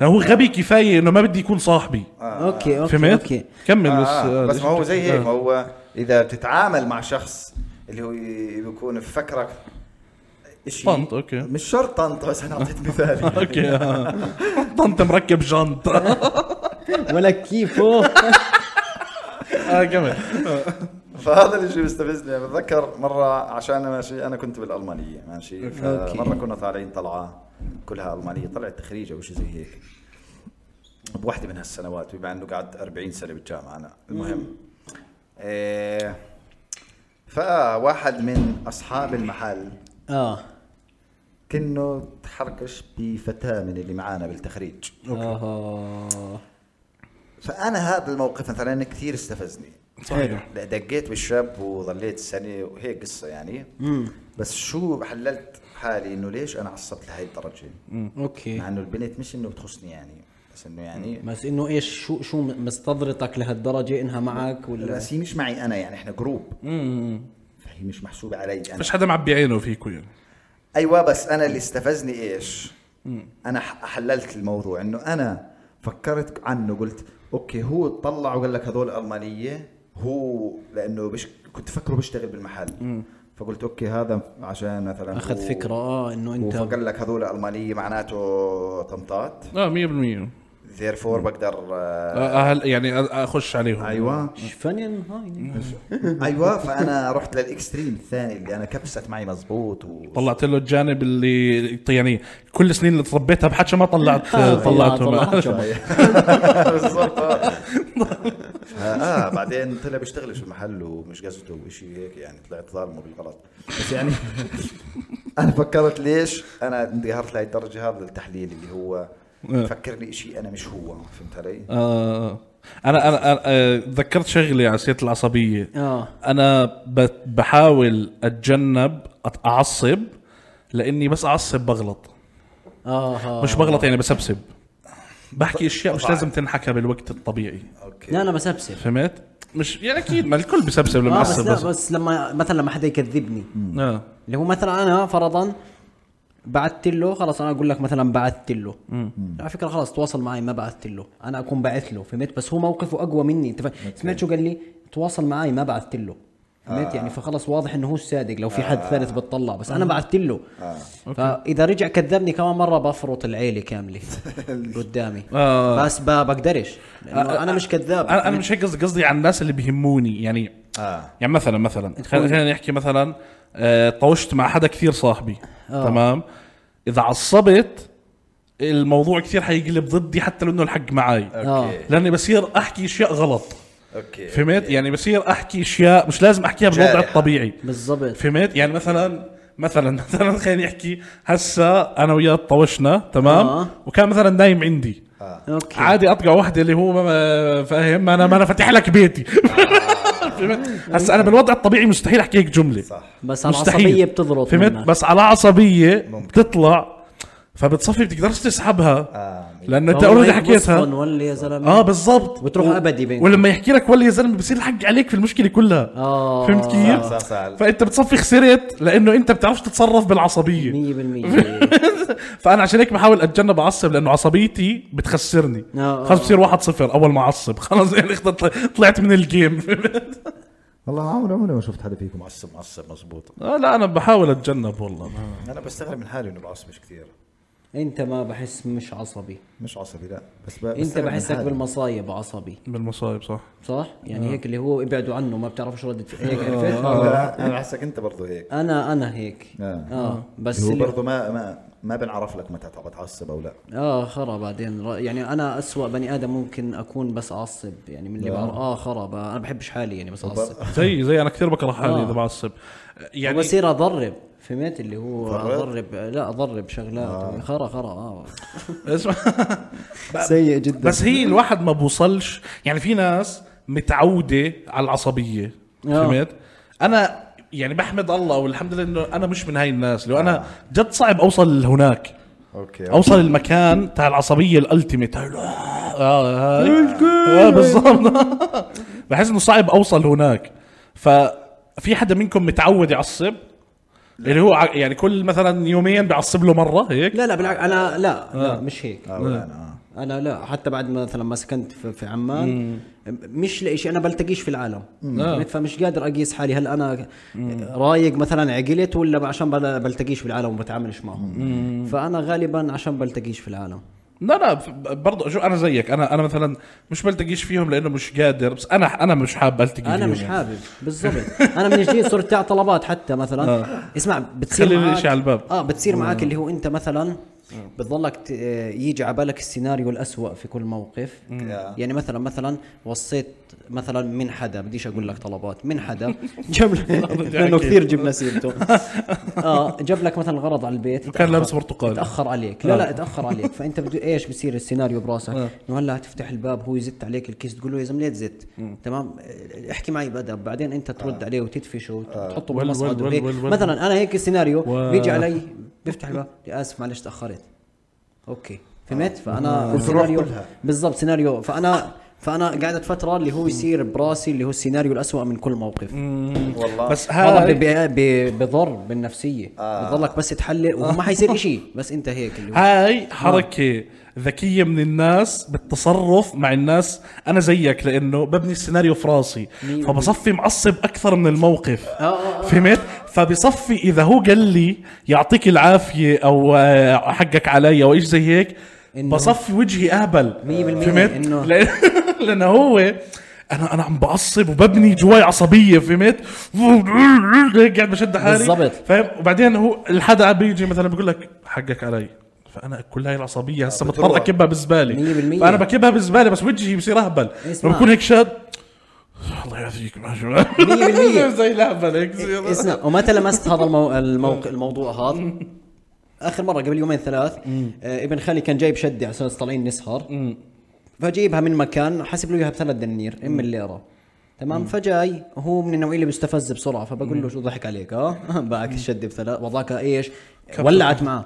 لأنه هو غبي كفايه انه ما بدي يكون صاحبي اوكي اوكي فهمت؟ اوكي كمل آه بس آه آه، بس ما هو زي هيك (laughs) آه. ما هو اذا بتتعامل مع شخص اللي هو ي- بيكون بفكرك شيء طنط، أوكي. مش شرط طنط بس انا (laughs) اعطيت مثال اوكي آه. طنط مركب (laughs) جنط آه، اه ولا (laughs) كيفه كمل فهذا الشيء بيستفزني أنا بتذكر مره عشان أنا ماشي انا كنت بالالمانيه ماشي أوكي. مره كنا طالعين طلعه كلها المانيه طلعت تخريج او شيء زي هيك بوحده من هالسنوات بما انه قعدت 40 سنه بالجامعه انا المهم إيه فواحد من اصحاب المحل اه كنه تحركش بفتاه من اللي معانا بالتخريج آه. فانا هذا الموقف مثلا كثير استفزني صحيح لا دقيت بالشاب وظليت سنه وهيك قصه يعني بس شو حللت حالي انه ليش انا عصبت لهي الدرجه اوكي مع انه البنت مش انه بتخصني يعني بس انه يعني بس انه ايش شو شو مستظرتك لهالدرجه انها معك ولا بس هي مش معي انا يعني احنا جروب فهي مش محسوبه علي انا مش حدا معبي عينه فيكو يعني ايوه بس انا اللي استفزني ايش؟ انا ح- حللت الموضوع انه انا فكرت عنه قلت اوكي هو طلع وقال لك هذول المانيه هو لانه بش كنت فكره بيشتغل بالمحل فقلت اوكي هذا عشان مثلا اخذ هو- فكره اه انه هو انت فقال لك هذول المانيه معناته طنطات اه 100% ذيرفور بقدر آه، آه، هل يعني اخش عليهم ايوه فنن هاي ايوه فانا رحت للاكستريم الثاني اللي انا كبست معي مزبوط و... طلعت له الجانب اللي يعني كل السنين اللي تربيتها بحكي ما (laughs) طلعت آه، طلعته طلعت (laughs) ما- شبه. بالضبط آه. اه بعدين طلع (laughs) بيشتغلش بالمحل ومش قصده وشيء هيك يعني طلعت ظالمه بالغلط بس يعني انا فكرت ليش انا اندهرت لهي الدرجه هذا التحليل اللي هو آه. فكرني شيء انا مش هو فهمت علي؟ آه انا انا أنا- آه، ذكرت شغله على سيره العصبيه آه. انا ب- بحاول اتجنب أت- اعصب لاني بس اعصب بغلط اه مش بغلط يعني بسبسب بحكي اشياء مش طبعاً. لازم تنحكى بالوقت الطبيعي اوكي لا انا بسبسب فهمت مش يعني اكيد ما الكل بسبسب لما اه بس يعصب لا بس, بس لما مثلا لما حدا يكذبني آه. اللي هو مثلا انا فرضا بعثت له خلاص انا اقول لك مثلا بعثت له على فكره خلاص تواصل معي ما بعثت له انا اكون بعث له فهمت بس هو موقفه اقوى مني انت فا- سمعت شو قال لي تواصل معي ما بعثت له فهمت آه. يعني فخلص واضح انه هو الصادق لو في حد ثالث بتطلع بس انا بعثت له آه. فاذا رجع كذبني كمان مره بفرط العيله (laughs) كامله قدامي آه. بس ما بقدرش لانه انا مش كذاب انا أنا مش هيك قصدي قصدي على الناس اللي بيهموني يعني آه. يعني مثلا مثلا خل- خلينا نحكي مثلا آه، طوشت مع حدا كثير صاحبي آه. تمام اذا عصبت الموضوع كثير حيقلب ضدي حتى لو انه الحق معي آه. اوكي لاني بصير احكي اشياء غلط اوكي فهمت يعني بصير احكي اشياء مش لازم احكيها بالوضع جارحة. الطبيعي بالضبط فهمت يعني مثلا (laughs) مثلا مثلا خلينا نحكي هسا انا وياه طوشنا تمام آه. آه. وكان مثلا نايم عندي اوكي عادي اطقع وحده اللي هو ما- ما فاهم ما انا ما انا فاتح لك بيتي (laughs) فهمت؟ هسا انا بالوضع الطبيعي مستحيل احكي هيك جمله صح بس على مستحيل. العصبيه بتضرب فهمت منك. بس على عصبيه بتطلع فبتصفي بتقدرش تسحبها آه. لانه انت فهو اوريدي هيك بصفن حكيتها ولا طيب، يا زلمه اه بالضبط وتروح و- أبدي بينكم. ولما يحكي لك ولا يا زلمه بصير الحق عليك في المشكله كلها آه. فهمت كيف؟ صح، صح، صح. فانت بتصفي خسرت لانه انت بتعرفش تتصرف بالعصبيه 100% فانا عشان هيك بحاول اتجنب اعصب لانه عصبيتي بتخسرني آه، آه. خلص بصير واحد صفر اول ما اعصب (laughs) خلص يعني طلعت- طلعت من الجيم (laughs) والله عمري عمري ما شفت حدا فيكم معصب معصب مزبوط آه، لا انا بحاول اتجنب والله انا بستغرب من حالي انه بعصبش كثير انت ما بحس مش عصبي مش عصبي لا بس ب- انت بستغرب من بحسك حالي. بالمصايب عصبي بالمصايب صح صح آه. يعني هيك اللي هو ابعدوا عنه ما بتعرفش ردة فعل هيك عرفت لا، انا بحسك انت برضه هيك انا انا هيك آه. اه بس هو اللي- برضه ما ما ما بنعرف لك متى بتعصب او لا اه خرا بعدين ر- يعني انا اسوأ بني ادم ممكن اكون بس اعصب يعني من اللي آه. بعرف اه خرا ب- انا بحبش حالي يعني بس اعصب زي زي انا كثير بكره حالي آه. اذا بعصب يعني وبصير اضرب فهمت اللي هو ضرب؟ اضرب لا اضرب آه. شغلات خرا خرا اه (laughs) اسمع سيء جدا بس هي الواحد ما بوصلش يعني في ناس متعوده على العصبيه آه. فهمت انا يعني بحمد الله والحمد لله انه انا مش من هاي الناس لو آه. انا جد صعب اوصل لهناك اوكي اوصل المكان تاع العصبيه الالتيميت هاي- آه، هاي. آه، بالضبط (laughs) بحس انه صعب اوصل هناك ففي حدا منكم متعود يعصب اللي هو ع- يعني كل مثلا يومين بعصب له مره هيك لا لا بالعكس انا لا لا مش هيك آه، ولا أنا، آه. انا لا حتى بعد ما مثلا ما سكنت في, في عمان مش لاقي شيء انا بلتقيش في العالم فهمت؟ فمش قادر اقيس حالي هل انا رايق مثلا عقلت ولا عشان بل- بلتقيش في العالم وبتعاملش معهم فانا غالبا عشان بلتقيش في العالم لا لا ف- برضه شو انا زيك انا انا مثلا مش بلتقيش فيهم لانه مش قادر بس انا انا مش حاب التقي انا فيهم مش يعني. حابب بالضبط (laughs) انا من جديد صرت تاع طلبات حتى مثلا اسمع بتصير آه. خلي معاك الإشي على الباب. آه. اه بتصير معاك اللي هو انت مثلا بتضلك ت- آه، يجي على بالك السيناريو الأسوأ في كل موقف آه. يعني مثلا مثلا وصيت مثلا من حدا بديش اقول لك طلبات من (laughs) حدا جاب لك- لانه كثير جبنا سيرته (laughs) اه جاب لك مثلا غرض على البيت وكان لابس برتقال تاخر عليك لا لا تاخر عليك فانت بده ايش بصير السيناريو براسك انه هلا هتفتح الباب هو يزت عليك الكيس تقول له يا زلمه ليه تزت تمام احكي معي بادب بعدين انت ترد عليه وتدفشه وتحطه ول- بالمصعد ول- وهيك. ول- ول- مثلا انا هيك السيناريو و- بيجي علي بيفتح الباب يا اسف معلش تاخرت اوكي فهمت فانا وتروح سيناريو كلها. بالضبط سيناريو فانا فانا قعدت فتره اللي هو يصير براسي اللي هو السيناريو الأسوأ من كل موقف والله (laughs) بس هذا هاي بي- بي- بضر بالنفسيه بضلك بس تحلل وما حيصير إشي بس انت هيك اللي هو هاي آه. حركه ذكيه من الناس بالتصرف مع الناس انا زيك لانه ببني السيناريو في راسي فبصفي معصب اكثر من الموقف آه، فهمت فبصفي اذا هو قال لي يعطيك العافيه او آه، حقك علي او ايش زي هيك إنه- بصفي وجهي اهبل 100% فهمت إنه- لأن- (laughs) لانه هو انا انا عم بعصب وببني جواي عصبيه فهمت هيك قاعد بشد حالي بالضبط. فاهم وبعدين هو الحدا بيجي مثلا بيقول لك حقك علي فانا كل هاي العصبيه آه، هسه مضطر بتروح. اكبها بالزباله 100% فانا بكبها بالزباله بس وجهي بصير اهبل اسمع. لما بكون هيك شاد الله يعافيك مية بالمية. (laughs) إيه، زي لعبه ليك اسمع نعم. ومتى لمست هذا المو... الموق... الموضوع هذا اخر مره قبل يومين ثلاث آه ابن خالي كان جايب شده على اساس طالعين نسهر فجايبها من مكان حاسب له اياها بثلاث دنانير ام الليره تمام فجاي هو من النوعيه اللي بيستفز بسرعه فبقول له شو ضحك عليك (laughs) اه باعك الشده بثلاث وضعك ايش ولعت معاه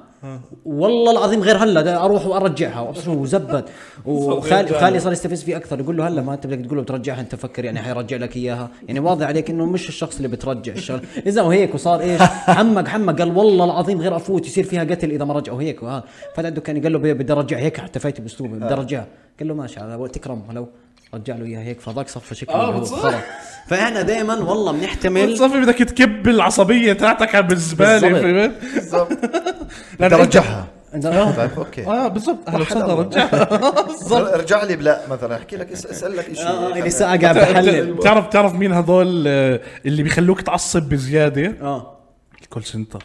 والله العظيم غير هلا ده اروح وارجعها وزبد وخالي خالي صار يستفز فيه اكثر يقول له هلا ما انت بدك تقول له بترجعها انت فكر يعني حيرجع لك اياها يعني واضح عليك انه مش الشخص اللي بترجع (laughs) الشغل اذا وهيك وصار ايش حمق حمق قال والله العظيم غير افوت يصير فيها قتل اذا ما رجعوا هيك وهذا فلا الدكان قال له بي- بدي ارجع هيك احتفيت باسلوبي آه. بدي ارجعها قال له ماشي على وقت تكرم لو رجع له اياها هيك فضاك صفى شكله آه، اللي هو بتصير. خرا. فاحنا دائما والله بنحتمل صفي بدك تكب العصبيه تاعتك على الزباله بالظبط. فهمت؟ بالضبط لأن بدي أنت- ارجعها آه. طيب اوكي اه بالضبط هلا وحدا بصدق والله. رجعها ارجع لي بلا مثلا احكي لك اس- اسالك اه اللي شيء ساعه قاعد (laughs) بحلل بتعرف بتعرف مين هذول آه، اللي بيخلوك تعصب بزياده اه الكول سنتر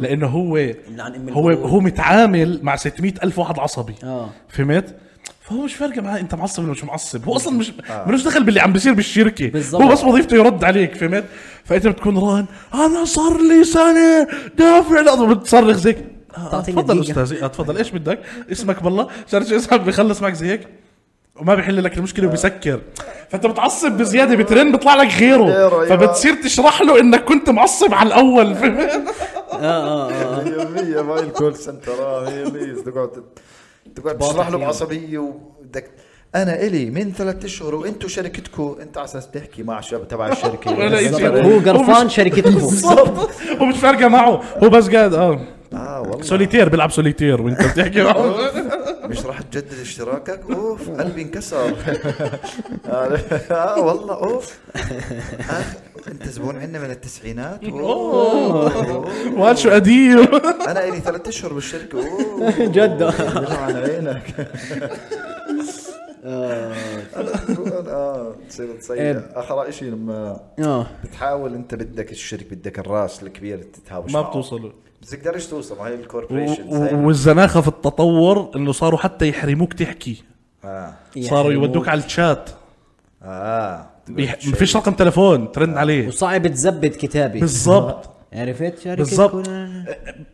لانه هو عن أم هو القلوب. هو متعامل مع 600 الف واحد عصبي آه. فهمت فهو مش فارقه معاه انت معصب ولا مش معصب هو اصلا مش آه. ملوش دخل باللي عم بيصير بالشركه بالظبط. هو بس وظيفته يرد عليك فهمت فانت بتكون راهن انا صار لي سنه دافع لا بتصرخ زيك آه، تعطيني تفضل دقيقة. استاذي آه، تفضل ايش بدك اسمك بالله صار شو اسمك بخلص معك زي هيك وما بيحل لك آه. المشكله وبيسكر فانت بتعصب بزياده بترن بيطلع لك غيره، غيره أيوة. فبتصير تشرح له انك كنت معصب على (laughs) الاول فهمت آه، يومية ماي الكول سنتر آه، هي ميز تقعد تت- تقعد تشرح له بعصبيه وبدك انا الي من ثلاث اشهر وانتوا شركتكم انت على اساس تحكي مع الشباب تبع الشركه ولا بالضبط. يصير. هو قرفان مش- شركتكم ومش فارقه معه هو بس قاعد اه اه والله سوليتير بيلعب سوليتير وانت بتحكي معه (laughs) مش راح تجدد اشتراكك اوف قلبي انكسر (laughs) اه والله اوف آه، انت زبون عندنا من التسعينات أوه. وهذا شو قديم انا الي ثلاث اشهر بالشركه اوه جدة. يرفع عن (laughs) عينك تكون اه تصير تصيح إيه. اخر شيء لما اه بتحاول انت بدك الشركه بدك الراس الكبير تتهاوش ما معه. بتوصلوا بتقدرش توصل هاي الكوربريشن والزناخه في التطور انه صاروا حتى يحرموك تحكي اه صاروا يودوك على الشات اه بيح- ما فيش رقم تلفون آه. ترن عليه وصعب تزبد كتابي بالضبط عرفت شركة بالضبط كنا-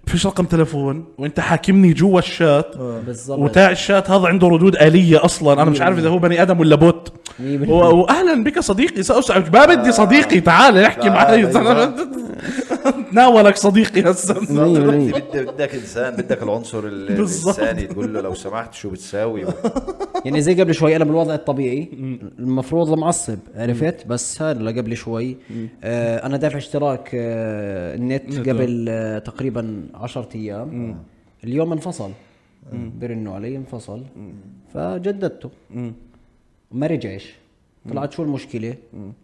فيش رقم تلفون وانت حاكمني جوا الشات آه، بالضبط. وتاع الشات هذا عنده ردود آلية اصلا انا مش عارف اذا هو بني ادم ولا بوت مية و- بالمية. واهلا بك صديقي ساسعد ما بدي صديقي تعال احكي آه، لا، معي أيوة. (laughs) تناولك صديقي هسه مية دلوقتي بالمية. نعم. (laughs) بدك بدك انسان بدك العنصر (laughs) ال- بالظبط. الانساني تقول له لو سمحت شو بتساوي يعني زي قبل شوي انا بالوضع الطبيعي المفروض معصب عرفت بس هذا اللي قبل شوي آه انا دافع اشتراك آه النت قبل آه تقريبا 10 ايام اليوم انفصل برنوا علي انفصل فجددته ما رجعش طلعت شو المشكله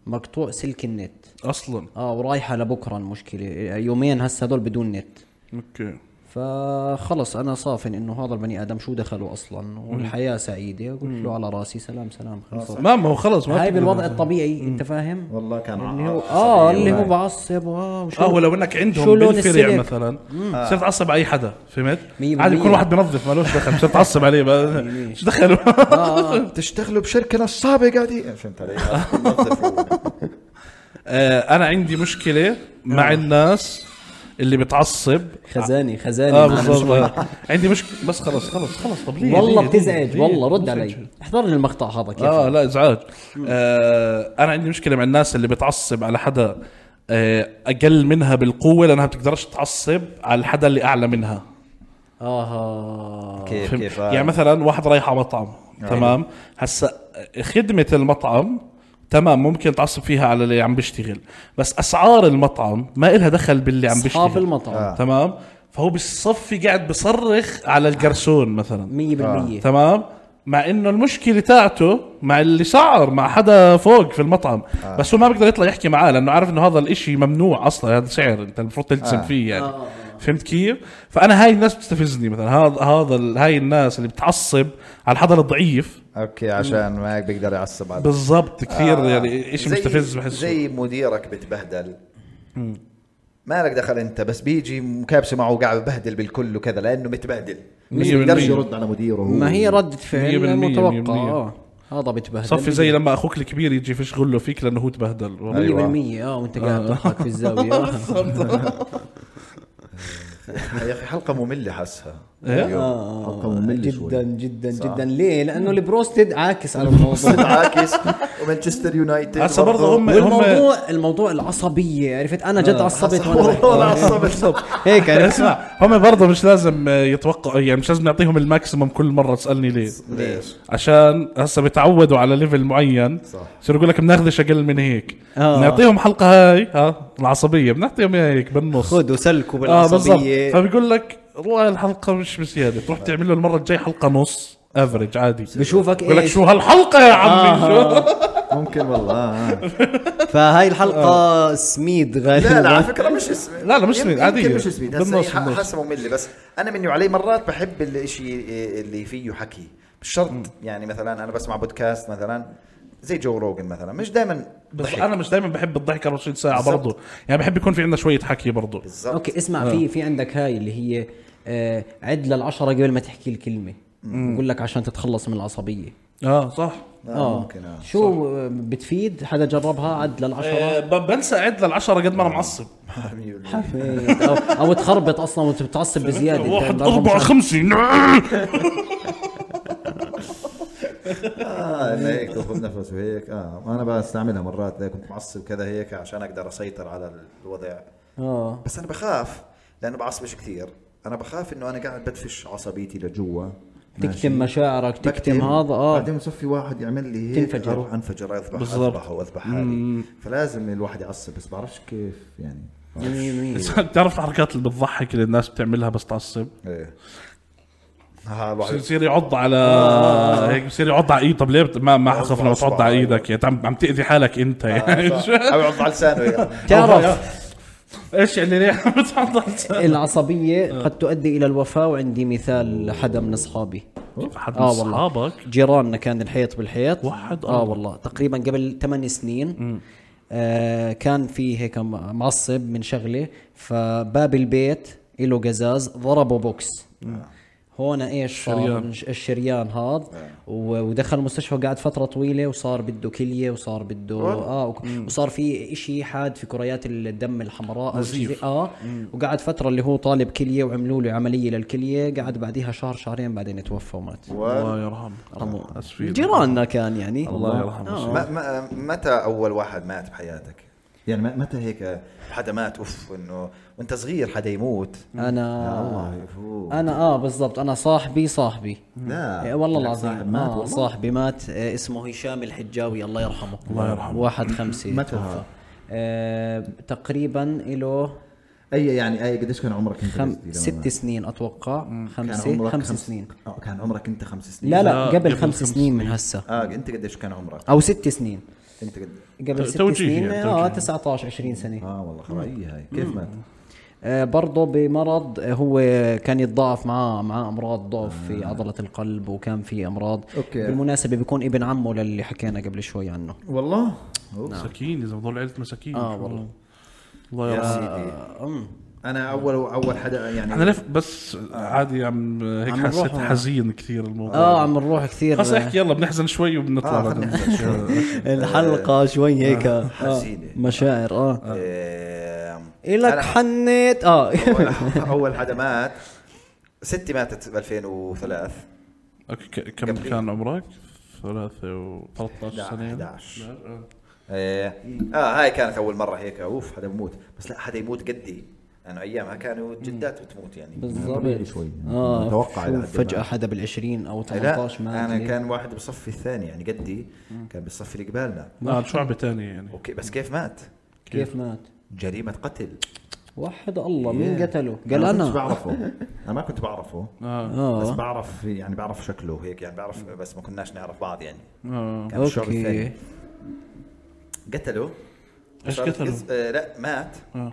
مقطوع سلك النت اصلا اه ورايحه لبكره المشكله يومين هسه هدول بدون نت اوكي فخلص انا صافن انه هذا البني ادم شو دخله اصلا والحياه سعيده قلت له على راسي سلام سلام خلص ما ما هو خلص ما هاي في- بالوضع الطبيعي انت فاهم والله كان يعني اللي هو آه، عصبي آه، اه اللي هو وهاي. بعصب اه وشو اه ولو انك شو عندهم يعني لون بالفرع السلك؟ مثلا صرت تعصب على اي حدا فهمت؟ مية عادي يكون بالمية. واحد بنظف مالوش دخل صرت تعصب عليه ما- شو آه، دخله تشتغلوا بشركه نصابه قاعدين إيه، فهمت علي آه، انا عندي مشكله مع نعم. الناس اللي بتعصب خزاني اه خزاني معنا بالضبط شوي. آه. عندي مشكله بس خلص خلص خلص طب ليه والله ليه؟ بتزعج ليه؟ والله رد ليه؟ علي احضر لي المقطع هذا كيف اه لا ازعاج آه انا عندي مشكله مع الناس اللي بتعصب على حدا آه اقل منها بالقوه لانها بتقدرش تعصب على الحدا اللي اعلى منها آه، اها كيف فهم- كيف يعني مثلا واحد رايح على مطعم نعم. تمام هسا خدمه المطعم تمام ممكن تعصب فيها على اللي عم بيشتغل بس اسعار المطعم ما إلها دخل باللي عم بيشتغل اصحاب المطعم تمام فهو بالصفي قاعد بصرخ على الجرسون مثلا 100% تمام مع انه المشكله تاعته مع اللي سعر مع حدا فوق في المطعم آه. بس هو ما بيقدر يطلع يحكي معاه لانه عارف انه هذا الاشي ممنوع اصلا هذا سعر انت المفروض تلتزم آه. فيه يعني آه. فهمت كيف فانا هاي الناس بتستفزني مثلا هذا هذا ال- هاي الناس اللي بتعصب على الحدا الضعيف اوكي عشان ما بيقدر يعصب على بالضبط كثير آه. (laughs) يعني شيء مستفز بحسه زي مديرك بتبهدل ما لك دخل انت بس بيجي مكابسه معه وقاعد ببهدل بالكل وكذا لانه متبهدل مش مية بيقدرش بالمية. يرد يرد على مديره هو ما هي ردة فعل 100% متوقعة 100%. اه هذا بتبهدل صفي زي لما اخوك الكبير يجي فيشغل له فيك لانه هو تبهدل والله. 100% اه وانت قاعد تضحك في الزاويه (laughs) آه. يا اخي حلقه ممله حاسها إيه؟ اليوم. حلقه ممله جدا شوي جدا جدا ليه؟ لانه البروستد عاكس (laughs) على الموضوع عاكس ومانشستر يونايتد هسا برضه هم هم والموضوع الموضوع العصبيه عرفت انا جد عصبت وانا بحكي. آه، والله عصبت (laughs) هيك عرفت يعني اسمع هم برضه مش لازم يتوقعوا يعني مش لازم نعطيهم الماكسيمم كل مره تسالني ليه ليش؟ عشان هسه بتعودوا على ليفل معين صح. يصير يقول لك بناخذش اقل من هيك آه. نعطيهم حلقه هاي ها العصبيه بنعطيهم إياها هيك بالنص خذوا آه، سلكوا اه بالضبط بالعصبيه فبيقول لك والله الحلقه مش بزياده تروح تعمل له المره الجايه حلقه نص افريج عادي بشوفك بقول لك ايش شو هالحلقه يا عمي شو ممكن والله آه. فهاي الحلقه سميد غالبا (laughs) لا لا على فكره مش اسمه لا، لا، مش سميد، عادية. مش سميد هسه بالنص، هي ح- بالنص. حاسه ممله بس انا مني وعلي مرات بحب الاشي اللي فيه حكي مش شرط يعني مثلا انا بسمع بودكاست مثلا زي جو روجن مثلا مش دائما بس ضحك انا مش دائما بحب الضحك 24 ساعه بالضبط. برضه يعني بحب يكون في عندنا شويه حكي برضه بالضبط آه. اوكي اسمع في في عندك هاي اللي هي آه، عد للعشرة قبل ما تحكي الكلمة بقول لك عشان تتخلص من العصبية اه صح آه، ممكن آه. شو آه، بتفيد حدا جربها عد آه، للعشرة ب- بنسى اعد للعشرة قد ما انا معصب (laughs) او او تخربط اصلا وانت بتعصب بزيادة واحد أنت الرقم اربعة شو- خمسة آه، انا هيك تاخذ نفس وهيك اه انا بستعملها مرات اذا كنت معصب كذا هيك عشان اقدر اسيطر على الوضع آه. اه بس انا بخاف لانه بعصبش كثير انا بخاف انه انا قاعد بدفش عصبيتي لجوا ماشي. تكتم مشاعرك تكتم بكتم. هذا اه بعدين صفي واحد يعمل لي هيك تنفجر. أروح اروح انفجر اذبح بالضبط. اذبح واذبح حالي فلازم الواحد يعصب بس بعرفش كيف يعني مية مية. (laughs) بتعرف الحركات اللي بتضحك اللي الناس بتعملها بس تعصب ايه ها بصير- الواحد بصير يعض على آه. هيك بصير يعض على ايد طب ليه بت- ما ما حخف لما تعض على ايدك يعني عم عم تاذي حالك انت يعني آه، صح. (laughs) او يعض على لسانه (laughs) يعني. تعرف ايش يعني ليه عم بتعض على لسانك؟ العصبية قد تؤدي الى الوفاة وعندي مثال حدا من اصحابي حد من آه والله. اصحابك جيراننا كان الحيط بالحيط وحد اه الله. والله تقريبا قبل ثمان سنين آه كان في هيك م- معصب من شغله فباب البيت له قزاز ضربه بوكس هون ايش صار شريان. الش- الشريان هذا و- ودخل المستشفى وقعد فتره طويله وصار بده كليه وصار بده اه وك- وصار في شيء حاد في كريات الدم الحمراء او شيء زي- اه وقعد فتره اللي هو طالب كليه وعملوا له عمليه للكليه قعد بعديها شهر شهرين بعدين توفى ومات الله يرحمه اسفين جيراننا كان يعني الله يرحمه ما ما متى اول واحد مات بحياتك؟ يعني ما- متى هيك حدا مات اوف انه وانت صغير حدا يموت انا والله فو. انا اه بالضبط انا صاحبي صاحبي لا إيه والله لا، العظيم صاحب مات آه والله. صاحبي مات آه اسمه هشام الحجاوي الله يرحمه الله يرحمه. واحد خمسة متى توفى. هذا؟ آه تقريبا له اي يعني اي قديش كان عمرك انت خم... قصدي لما ست مات؟ سنين اتوقع كان خمسة عمرك خمس سنين آه، كان عمرك انت خمس سنين لا لا، لا قبل قبل خمس خمس سنين من هسه اه انت قديش كان عمرك؟ او ست سنين انت قد قبل ست توجيهي سنين يعني، اه توجيهي. 19 20 سنة اه والله خرائية هاي كيف مات؟ آه، برضه بمرض آه، هو كان يتضاعف معاه معاه امراض ضعف في عضله القلب وكان في امراض أوكي. بالمناسبه بيكون ابن عمه للي حكينا قبل شوي عنه والله مساكين اذا بضل عيله مساكين نعم. آه، والله. الله يا يرحمه سيدي آه، أم. انا اول اول حدا يعني انا ليه بس عادي عم هيك عم نروح حسيت هون. حزين كثير الموضوع اه عم نروح كثير خلص احكي يلا بنحزن شوي وبنطلع آه، بعدين. خلينا نحزن (laughs) الحلقه شوي هيك آه، حزينة. مشاعر اه آه، آم، الك أنا حنيت اه أول- اول حدا مات ستي ماتت ب 2003 اوكي ك- كم قبل. كان عمرك؟ ثلاثة و 13 11 سنة 11. لا، آه. إيه. اه هاي كانت اول مره هيك اوف حدا بموت بس لا حدا يموت قدي لانه ايامها كانوا الجدات بتموت يعني بالضبط طبيعي شوي. اه متوقع شوف إلى حد ما. فجاه حدا بال20 او لا 18 ما انا أدري. كان واحد بصفي الثاني يعني قدي كان بالصف اللي قبالنا اه شعبة ثانية (laughs) يعني اوكي بس كيف مات؟ كيف مات جريمه قتل وحد الله مين قتله قال ما كنتش انا بعرفه انا ما كنت بعرفه اه اه بس بعرف يعني بعرف شكله هيك يعني بعرف بس ما كناش نعرف بعض يعني اه كان الشعب اوكي الثاني قتله ايش صارت قتلوا؟ قص- آه لا مات آه.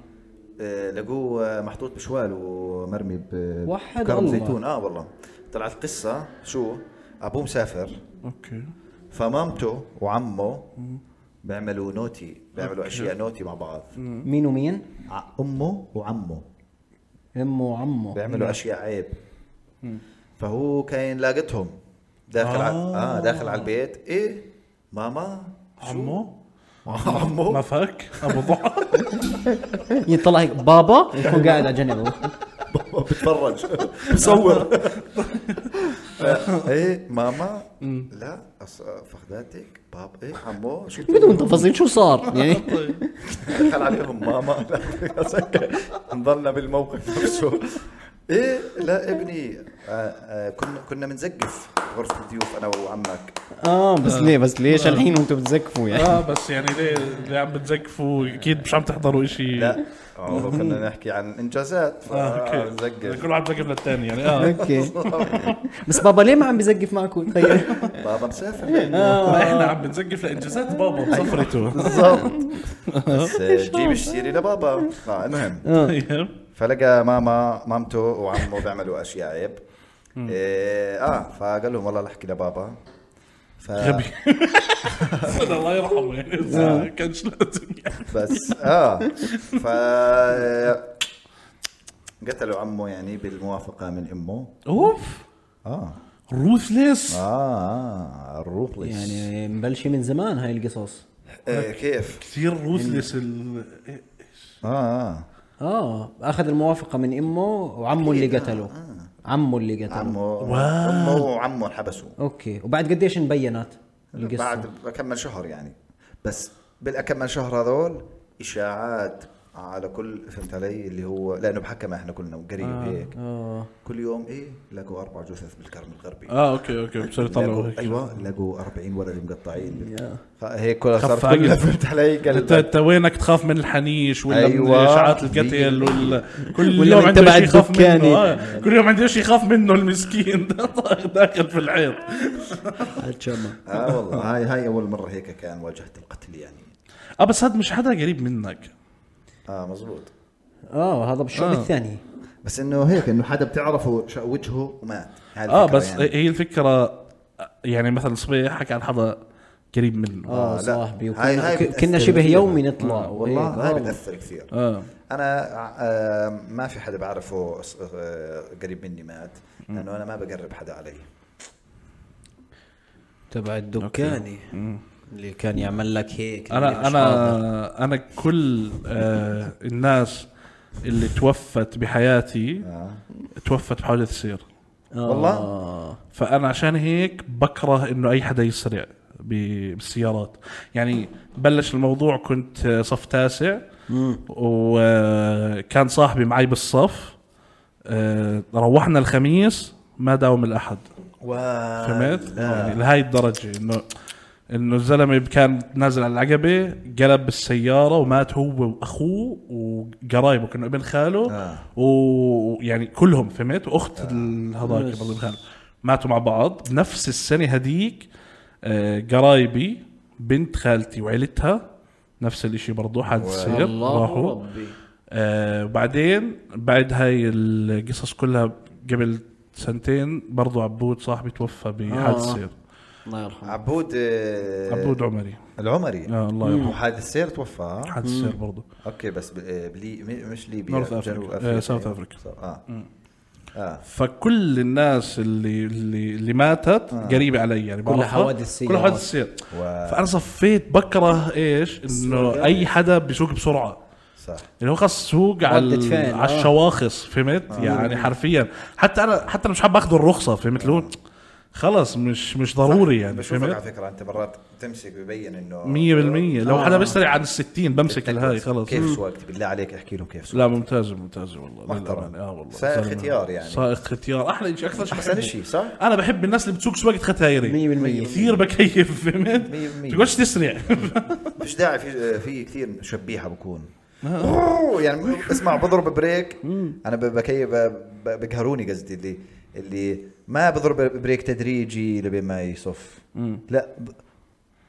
آه، لقوه محطوط بشوال ومرمي ب وحد بكرم الله. زيتون اه والله طلعت القصه شو ابوه مسافر اوكي فمامته وعمه بيعملوا نوتي بيعملوا اشياء نوتي مع بعض مين ومين ع- امه وعمه امه وعمه بيعملوا اشياء عيب فهو كان لاقتهم داخل آه. على اه داخل على البيت إيه، ايه ماما عمو عمو ما فك ابو (laughs) ضعف يطلع هيك بابا يكون قاعد على جنبه بتفرج (laughs) بصور ايه ماما لا أص- فخداتك باب ايه عمو شو بدون تفاصيل شو صار يعني طيب. دخل عليهم ماما لا، نضلنا بالموقف نفسه ايه لا ابني آه آه كنا كنا بنزقف غرفه الضيوف انا وعمك اه بس ليه بس ليش الحين وانتم بتزكفوا يعني اه بس يعني ليه اللي عم بتزقفوا اكيد مش عم تحضروا شيء لا عمره كنا نحكي عن انجازات آه، اه اوكي فنزقف كل واحد بزقف للثاني يعني اه اوكي آه. (laughs) بس بابا ليه ما عم بزقف معكم (laughs) طيب بابا مسافر ما احنا عم بنزقف لانجازات بابا أيوة. (laughs) بسفرته بالضبط بس جيبش سيري لبابا آه، المهم طيب. فلقى ماما مامته وعمه بيعملوا اشياء عيب إيه اه فقال لهم والله لا احكي لبابا ف... (laughs) غبي (laughs) الله يرحمه يعني بس آه. كانش لازم يعني بس اه ف قتلوا عمه يعني بالموافقه من امه اوف اه آه. روثليس اه الروبلس يعني يعني مبلشه من زمان هاي القصص آه كيف كثير روثليس ال... اه اه اه اخذ الموافقه من امه وعمه اللي قتله عمه اللي قتله آه. عمه امه وعمه انحبسوا اوكي وبعد قديش انبينت القصه بعد كم من شهر يعني بس بالكم من شهر هذول اشاعات على كل فهمت علي اللي هو لانه بحكمه احنا كلنا قريب آه، هيك اه كل يوم ايه لقوا اربع جثث بالكرم الغربي اه اوكي اوكي بصير يطلعوا لقوا هيك ايوه لقوا 40 ولد مقطعين خ- هيك كلها خف صارت عقل. كلها فهمت (laughs) علي انت قال انت وينك تخاف من الحنيش ولا أيوة. من أيوة. اشاعات القتل ولا كل ولا يوم من عنده تبع شيء يخاف الدكاني. منه آه. كل يوم عنده شيء يخاف منه المسكين (laughs) ده طاير داخل في الحيط اه والله هاي هاي اول مره هيك كان واجهت القتل يعني اه بس هذا مش حدا قريب منك اه مزبوط اه هذا بالشوط الثاني بس انه هيك انه حدا بتعرفه ش- وجهه ومات هاي اه الفكرة بس يعني. هي الفكره يعني مثلا صبيح حكى عن حدا قريب منه آه. اه لا. صاحبي هاي- وكنا هاي ك- كنا بتأثر شبه فيها. يومي نطلع إيه. آه، إيه، والله هاي بتاثر كثير اه انا آه، ما في حدا بعرفه أص- آه، قريب مني مات لانه انا ما بقرب حدا علي تبع الدكاني اللي كان يعمل لك هيك اللي انا مش حاضر. انا انا كل آه الناس اللي توفت بحياتي توفت بحوادث سير آه. والله؟ فانا عشان هيك بكره انه اي حدا يسرع ب- بالسيارات يعني بلش الموضوع كنت صف تاسع وكان صاحبي معي بالصف آه، روحنا الخميس ما داوم الاحد فهمت يعني لهي الدرجه انه انه الزلمه كان نازل على العقبه قلب بالسياره ومات هو واخوه وقرايبه كانوا ابن خاله آه. ويعني كلهم فهمت واخت آه. هذاك برضه ابن خاله ماتوا مع بعض بنفس السنه هديك آه، قرايبي بنت خالتي وعيلتها نفس الاشي برضه حادث سير الله راحوا ربي آه وبعدين بعد هاي القصص كلها قبل سنتين برضو عبود صاحبي توفى بحادث آه. سير الله يرحمه عبود آه، عبود عمري العمري آه الله يرحمه وحادث سير توفى آه؟ حادث سير برضو اوكي بس ب- آه، بلي م- مش ليبيا North Africa. جنوب آه، افريقيا South Africa. So- اه اه فكل الناس اللي اللي اللي ماتت آه. قريبه علي يعني بعرفها. حوادث سيارات. كل حوادث سير و- فانا صفيت بكره ايش انه اي حدا بيسوق بسرعه صح اللي يعني هو خلص سوق على ردة فعل، على آه. الشواخص فهمت آه. يعني حرفيا حتى انا حتى انا مش حاب اخذ الرخصه فهمت له خلص مش مش ضروري يعني بشوفك على فهمت فكره انت مرات تمسك ببين انه 100% لو حدا بيسرع عن الستين بمسك الهاي خلص آه. طيب، كيف سواقتي بالله عليك احكي لهم كيف سواقتي لا ممتاز ممتاز والله محترم. للأمانة، اه والله سائق زلمة. ختيار يعني. سائق ختيار احلى شيء اكثر شيء احسن بحبه. شيء صح؟ انا بحب الناس اللي بتسوق سواقه ختايري 100%. كثير بكيف فهمت 100%. تقعدش تسرع مش داعي في في كثير شبيحه بكون أوه، يعني اسمع بضرب بريك انا ب- بكيف ب- بقهروني قصدي اللي اللي ما بضرب بريك تدريجي لبين ما يصف لا ب-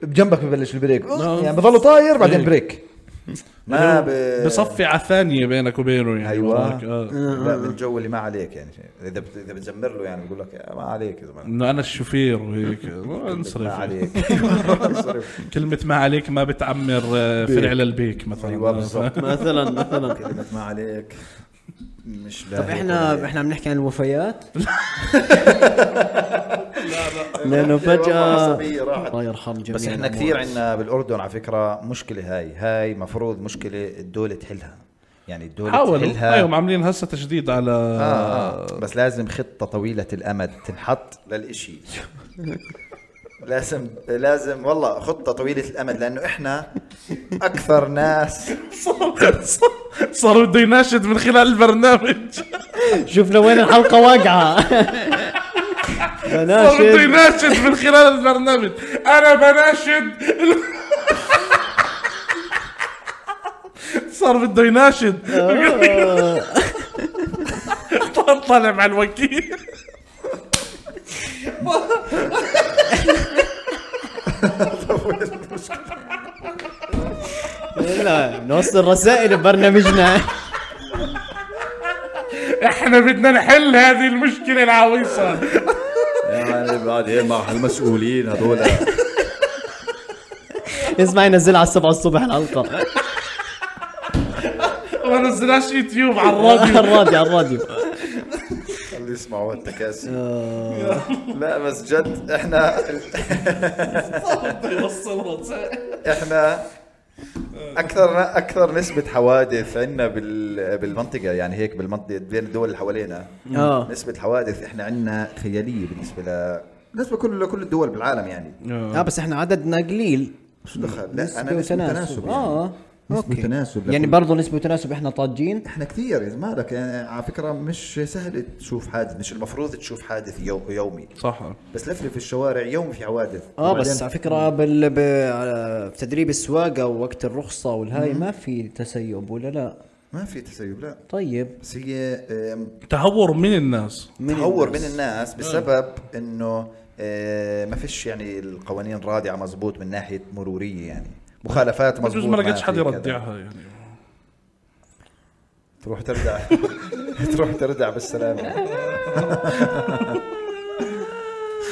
بجنبك ببلش البريك آه. يعني بضل طاير بعدين إيه. بريك (laughs) ما ب... بصفي على ثانيه بينك وبينه يعني ايوه وراك، آه. لا من جو اللي ما عليك يعني اذا بت- اذا بتزمر له يعني بقول لك آه، ما عليك (laughs) (laughs) يا زلمه انه انا الشوفير وهيك ما انصرف يعني. عليك انصرف. كلمة ما عليك ما بتعمر آه، فرع للبيك مثلا ايوه بالضبط مثلا (laughs) مثلا كلمه ما عليك مش لا طب هيك احنا ولا هيك. احنا عم نحكي عن الوفيات (laughs) لانه فجاه عصبية راحت الله يرحم جميع بس احنا الأموات. كثير عندنا بالاردن على فكره مشكله هاي هاي مفروض مشكله الدوله تحلها يعني الدوله حاولوا أيوة. تحلها ايوه عاملين هسه تشديد على (laughs) آه. بس لازم خطه طويله الامد تنحط للإشي لازم لازم والله خطه طويله الامد لانه احنا اكثر ناس صار بده يناشد من خلال البرنامج (laughs) شفنا وين الحلقه (laughs) واقعه صار بده بناشد يناشد من خلال البرنامج انا بناشد (laughs) صار بده يناشد (laughs) طلع مع الوكيل لا نوصل رسائل ببرنامجنا (laughs) احنا بدنا نحل هذه المشكله العويصه يعني بعد ايه مع المسؤولين هذول اسمع ينزلها على 7 الصبح الحلقه ما نزلناش يوتيوب على الراديو على (laughs) (laughs) الراديو على الراديو اللي يسمعوا التكاسي آه. لا بس جد احنا احنا اكثر اكثر نسبه حوادث عندنا بال- بالمنطقه يعني هيك بالمنطقه بين الدول اللي حوالينا آه. نسبه الحوادث احنا عندنا خياليه بالنسبه ل بالنسبه كل لكل الدول بالعالم يعني اه بس احنا عددنا قليل شو دخل لا انا نسبة نسبه وتناسب. تناسب يعني. اه نسبة اوكي تناسب يعني لكل- برضه نسبه تناسب احنا طاجين احنا كثير إذا مالك يعني على فكره مش سهل تشوف حادث مش المفروض تشوف حادث يو- يومي صح بس لفلف في الشوارع يوم في حوادث اه وبعدين- بس على فكره بال ب... على- في تدريب السواقه ووقت الرخصه والهاي ما في تسيب ولا لا ما في تسيب لا طيب بس هي آم، تهور من الناس من تهور الناس. من الناس بسبب انه آه، ما فيش يعني القوانين رادعه مزبوط من ناحيه مروريه يعني مخالفات مزبوط بجوز ما لقيتش في حد كذا. يردعها يعني تروح تردع (laughs) تروح تردع (laughs) بالسلامه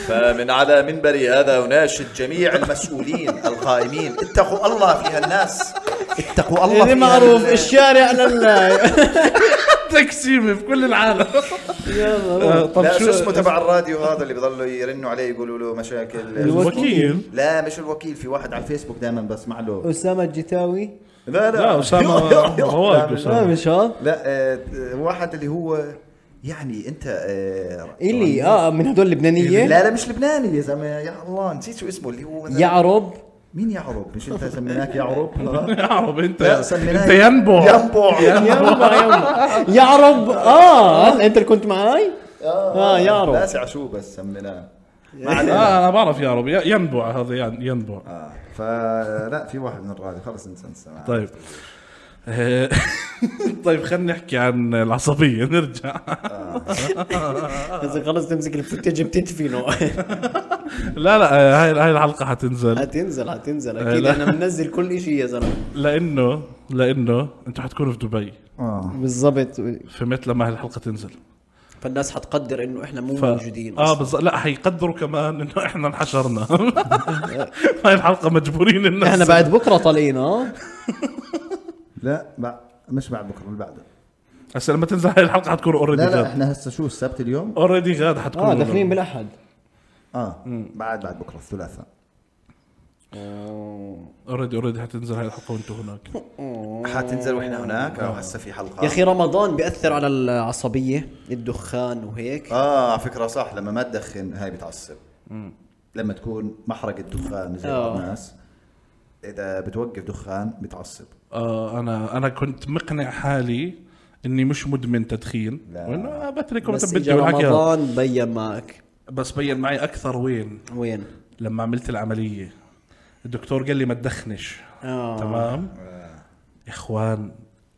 فمن على منبري هذا اناشد جميع المسؤولين القائمين اتقوا الله في هالناس اتقوا الله اللي في إيه، معروف هال- (laughs) الشارع لله تكسيمه في (laughs) كل العالم آه، طب لا أه، شو شو اسمه تبع الراديو هذا اللي بضلوا يرنوا عليه يقولوا له مشاكل الوكيل لا مش الوكيل في واحد على الفيسبوك دائما بسمع له اسامه الجتاوي لا لا (laughs) اسامه هو لا، ما اسامه مش ها لا آه، واحد اللي هو يعني انت آه، الي اه من هدول اللبنانيه لا لا مش لبناني يا زلمه يا الله نسيت شو اسمه اللي هو يعرب مين يعرب مش انت سميناك يعرب لا يا عرب انت لا، سميناك انت ينبع ينبع يعرب اه هل انت اللي كنت معاي اه يعرب ناسي شو بس سميناه ما لا علينا انا بعرف يا عرب ي- ينبع هذا يعني ينبع آه، فلا في واحد من الراديو خلص انسى انسى معاه. طيب (laughs) آه، طيب خلينا نحكي عن العصبيه نرجع اذا خلص تمسك الفوتج بتدفنه لا لا آه، هاي هاي الحلقه حتنزل (laughs) هتنزل هتنزل آه، اكيد لا. انا منزل كل شيء يا زلمه لانه لانه انتم حتكونوا في دبي اه بالضبط فهمت لما هاي الحلقه تنزل فالناس حتقدر انه احنا مو ف... موجودين اه أصلاً. بالظبط لا حيقدروا كمان انه احنا انحشرنا (laughs) هاي الحلقه مجبورين الناس احنا بعد بكره طالعين آه، اه لا بع- مش بعد بكره اللي بعده هسه لما تنزل هاي الحلقه حتكون اوريدي لا لا غاد احنا هسه شو السبت اليوم اوريدي غاد حتكون اه داخلين بالاحد آه، اه بعد بعد بكره الثلاثاء اوريدي اوريدي حتنزل هاي الحلقه وانتم هناك حتنزل واحنا هناك او هسه في حلقه يا اخي رمضان بياثر على العصبيه الدخان آه، وهيك اه على فكره صح لما ما تدخن هاي بتعصب لما تكون محرقه دخان زي آه. بعض الناس اذا بتوقف دخان بتعصب آه انا انا كنت مقنع حالي اني مش مدمن تدخين آه، لا. وانه بتركه بس متى بدي اجى والحكي هذا. رمضان بين معك بس بين معي اكثر وين وين لما عملت العمليه الدكتور قال لي ما تدخنش آه. تمام يا اخوان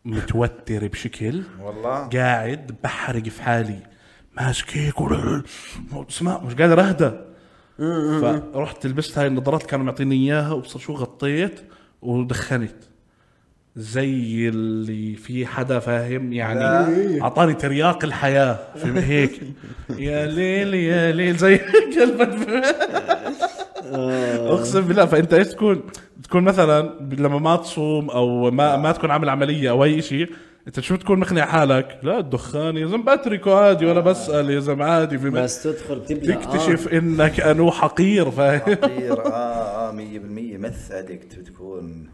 متوتر بشكل والله قاعد بحرق في حالي ماسك هيك و- اسمع مش قادر اهدى فرحت لبست هاي النظارات اللي كانوا معطيني اياها وبصر شو غطيت ودخنت زي اللي في حدا فاهم يعني اعطاني ترياق الحياه في هيك يا ليل يا ليل زي قلبت اقسم بالله فانت ايش تكون تكون مثلا لما ما تصوم او ما ما تكون عامل عمليه او اي شيء انت شو بتكون مقنع حالك لا الدخان يا زلمه بتركه عادي ولا بسال يا زلمه عادي في بس تدخل آه. تبلع تكتشف انك انو حقير آه. فاهم (laughs) كثير اه اه 100% مث ادكت بتكون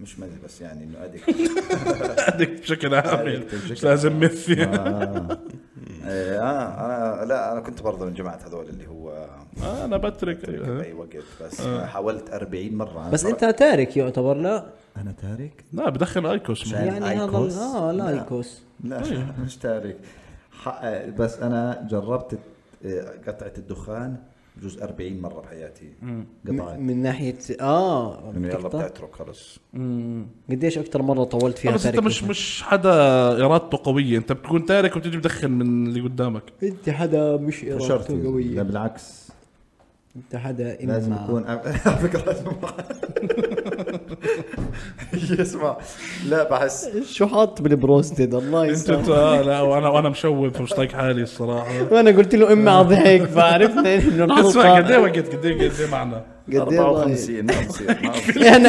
مش مث بس يعني انه (laughs) ادكت عندك بشكل عام عندك بشكل مش لازم مثي (laughs) اه انا لا انا كنت برضه من جماعه هذول اللي هو آه، انا بترك أيوة. باي وقت بس حاولت 40 مره بس انت تارك يعتبر لا انا تارك؟ لا بدخن ايكوس لا. يعني هذا الأيكوس؟ اه لا ايكوس لا طيب. مش تارك ح- آه، بس انا جربت الت- قطعه الدخان بجوز 40 مره بحياتي قطعت من ناحيه اه انه يلا بدي تقطع. اترك خلص قديش اكثر مره طولت آه، فيها بس انت تارك مش مثلاً؟ مش حدا ارادته قويه انت بتكون تارك وبتيجي بدخن من اللي قدامك انت حدا مش شرط ارادته لا قويه بالعكس انت حدا اما لازم يكون على فكره لازم (laughs) يسمع لا بحس شو حاط بالبروستد الله انت يسلمك أنت- آه، لا وانا وانا مشوب فمش طايق حالي الصراحه وانا قلت له اما على ضحك فعرفنا (laughs) انه اسمع الحلقه قد ايه وقت قد ايه قد (laughs) ايه معنا قد ايه ضايق. 54 ما بصير ما بصير. (laughs) يعني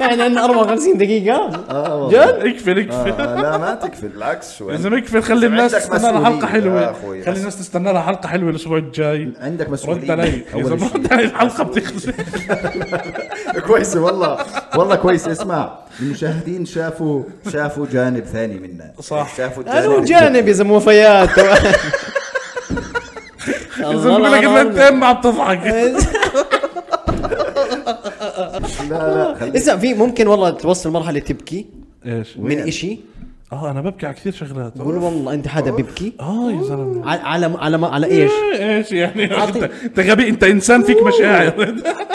يعني عندنا 54 دقيقه اه جد اكفي اكفي آه، لا ما تكفي بالعكس شوي اذا مكفي خلي الناس عندك تستنى لها حلقه مسؤولية يا حلوه أخوي. خلي الناس تستنى لها حلقه حلوه الاسبوع الجاي عندك مسؤوليه رد علي أول اذا ما شيء. رد علي (laughs) الحلقه بتخلص كويسه والله والله كويسه اسمع المشاهدين شافوا شافوا جانب ثاني منا صح. شافوا انا الجانب- وجانب يا زلمه وفيات (laughs) (laughs) اذا بقول لك انت أم عم (laughs) تضحك لا لا خلي اسمع في ممكن والله توصل مرحله تبكي ايش من اشي اه انا ببكي على كثير شغلات قول والله انت حدا بيبكي اه يا زلمه على على على, على ايش؟ ايش يعني انت أعطي- انت غبي انت انسان فيك مشاعر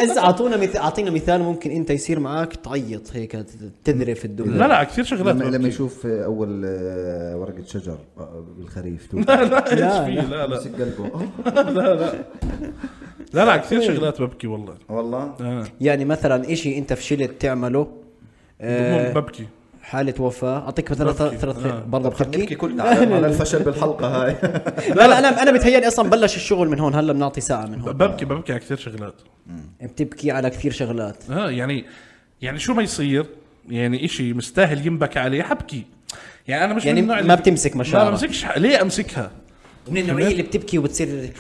إذا اعطونا مثال اعطينا مثال ممكن انت يصير معك تعيط هيك تذرف الدنيا لا لا كثير شغلات لما لما ببكي. يشوف اول آه، ورقه شجر آه، بالخريف لا لا لا، ايش في لا لا يمسك قلبه أوه. لا لا إيه. كثير شغلات ببكي والله والله آه. يعني مثلا اشي انت فشلت تعمله آه، ببكي حالة وفاة اعطيك مثلا ثلاث ثلاث برضه نحكي بتبكي كلنا على على الفشل بالحلقه هاي لا لا انا انا بتهيألي اصلا بلش الشغل من هون هلا بنعطي ساعة من هون ببكي ببكي على كثير شغلات بتبكي على كثير شغلات اه يعني يعني شو ما يصير يعني إشي مستاهل ينبكى عليه حبكي يعني انا مش يعني من النوع ما اللي- بتمسك ما مشاعرك. بمسكش ح- ليه امسكها؟ من النوعية اللي بتبكي وبتصير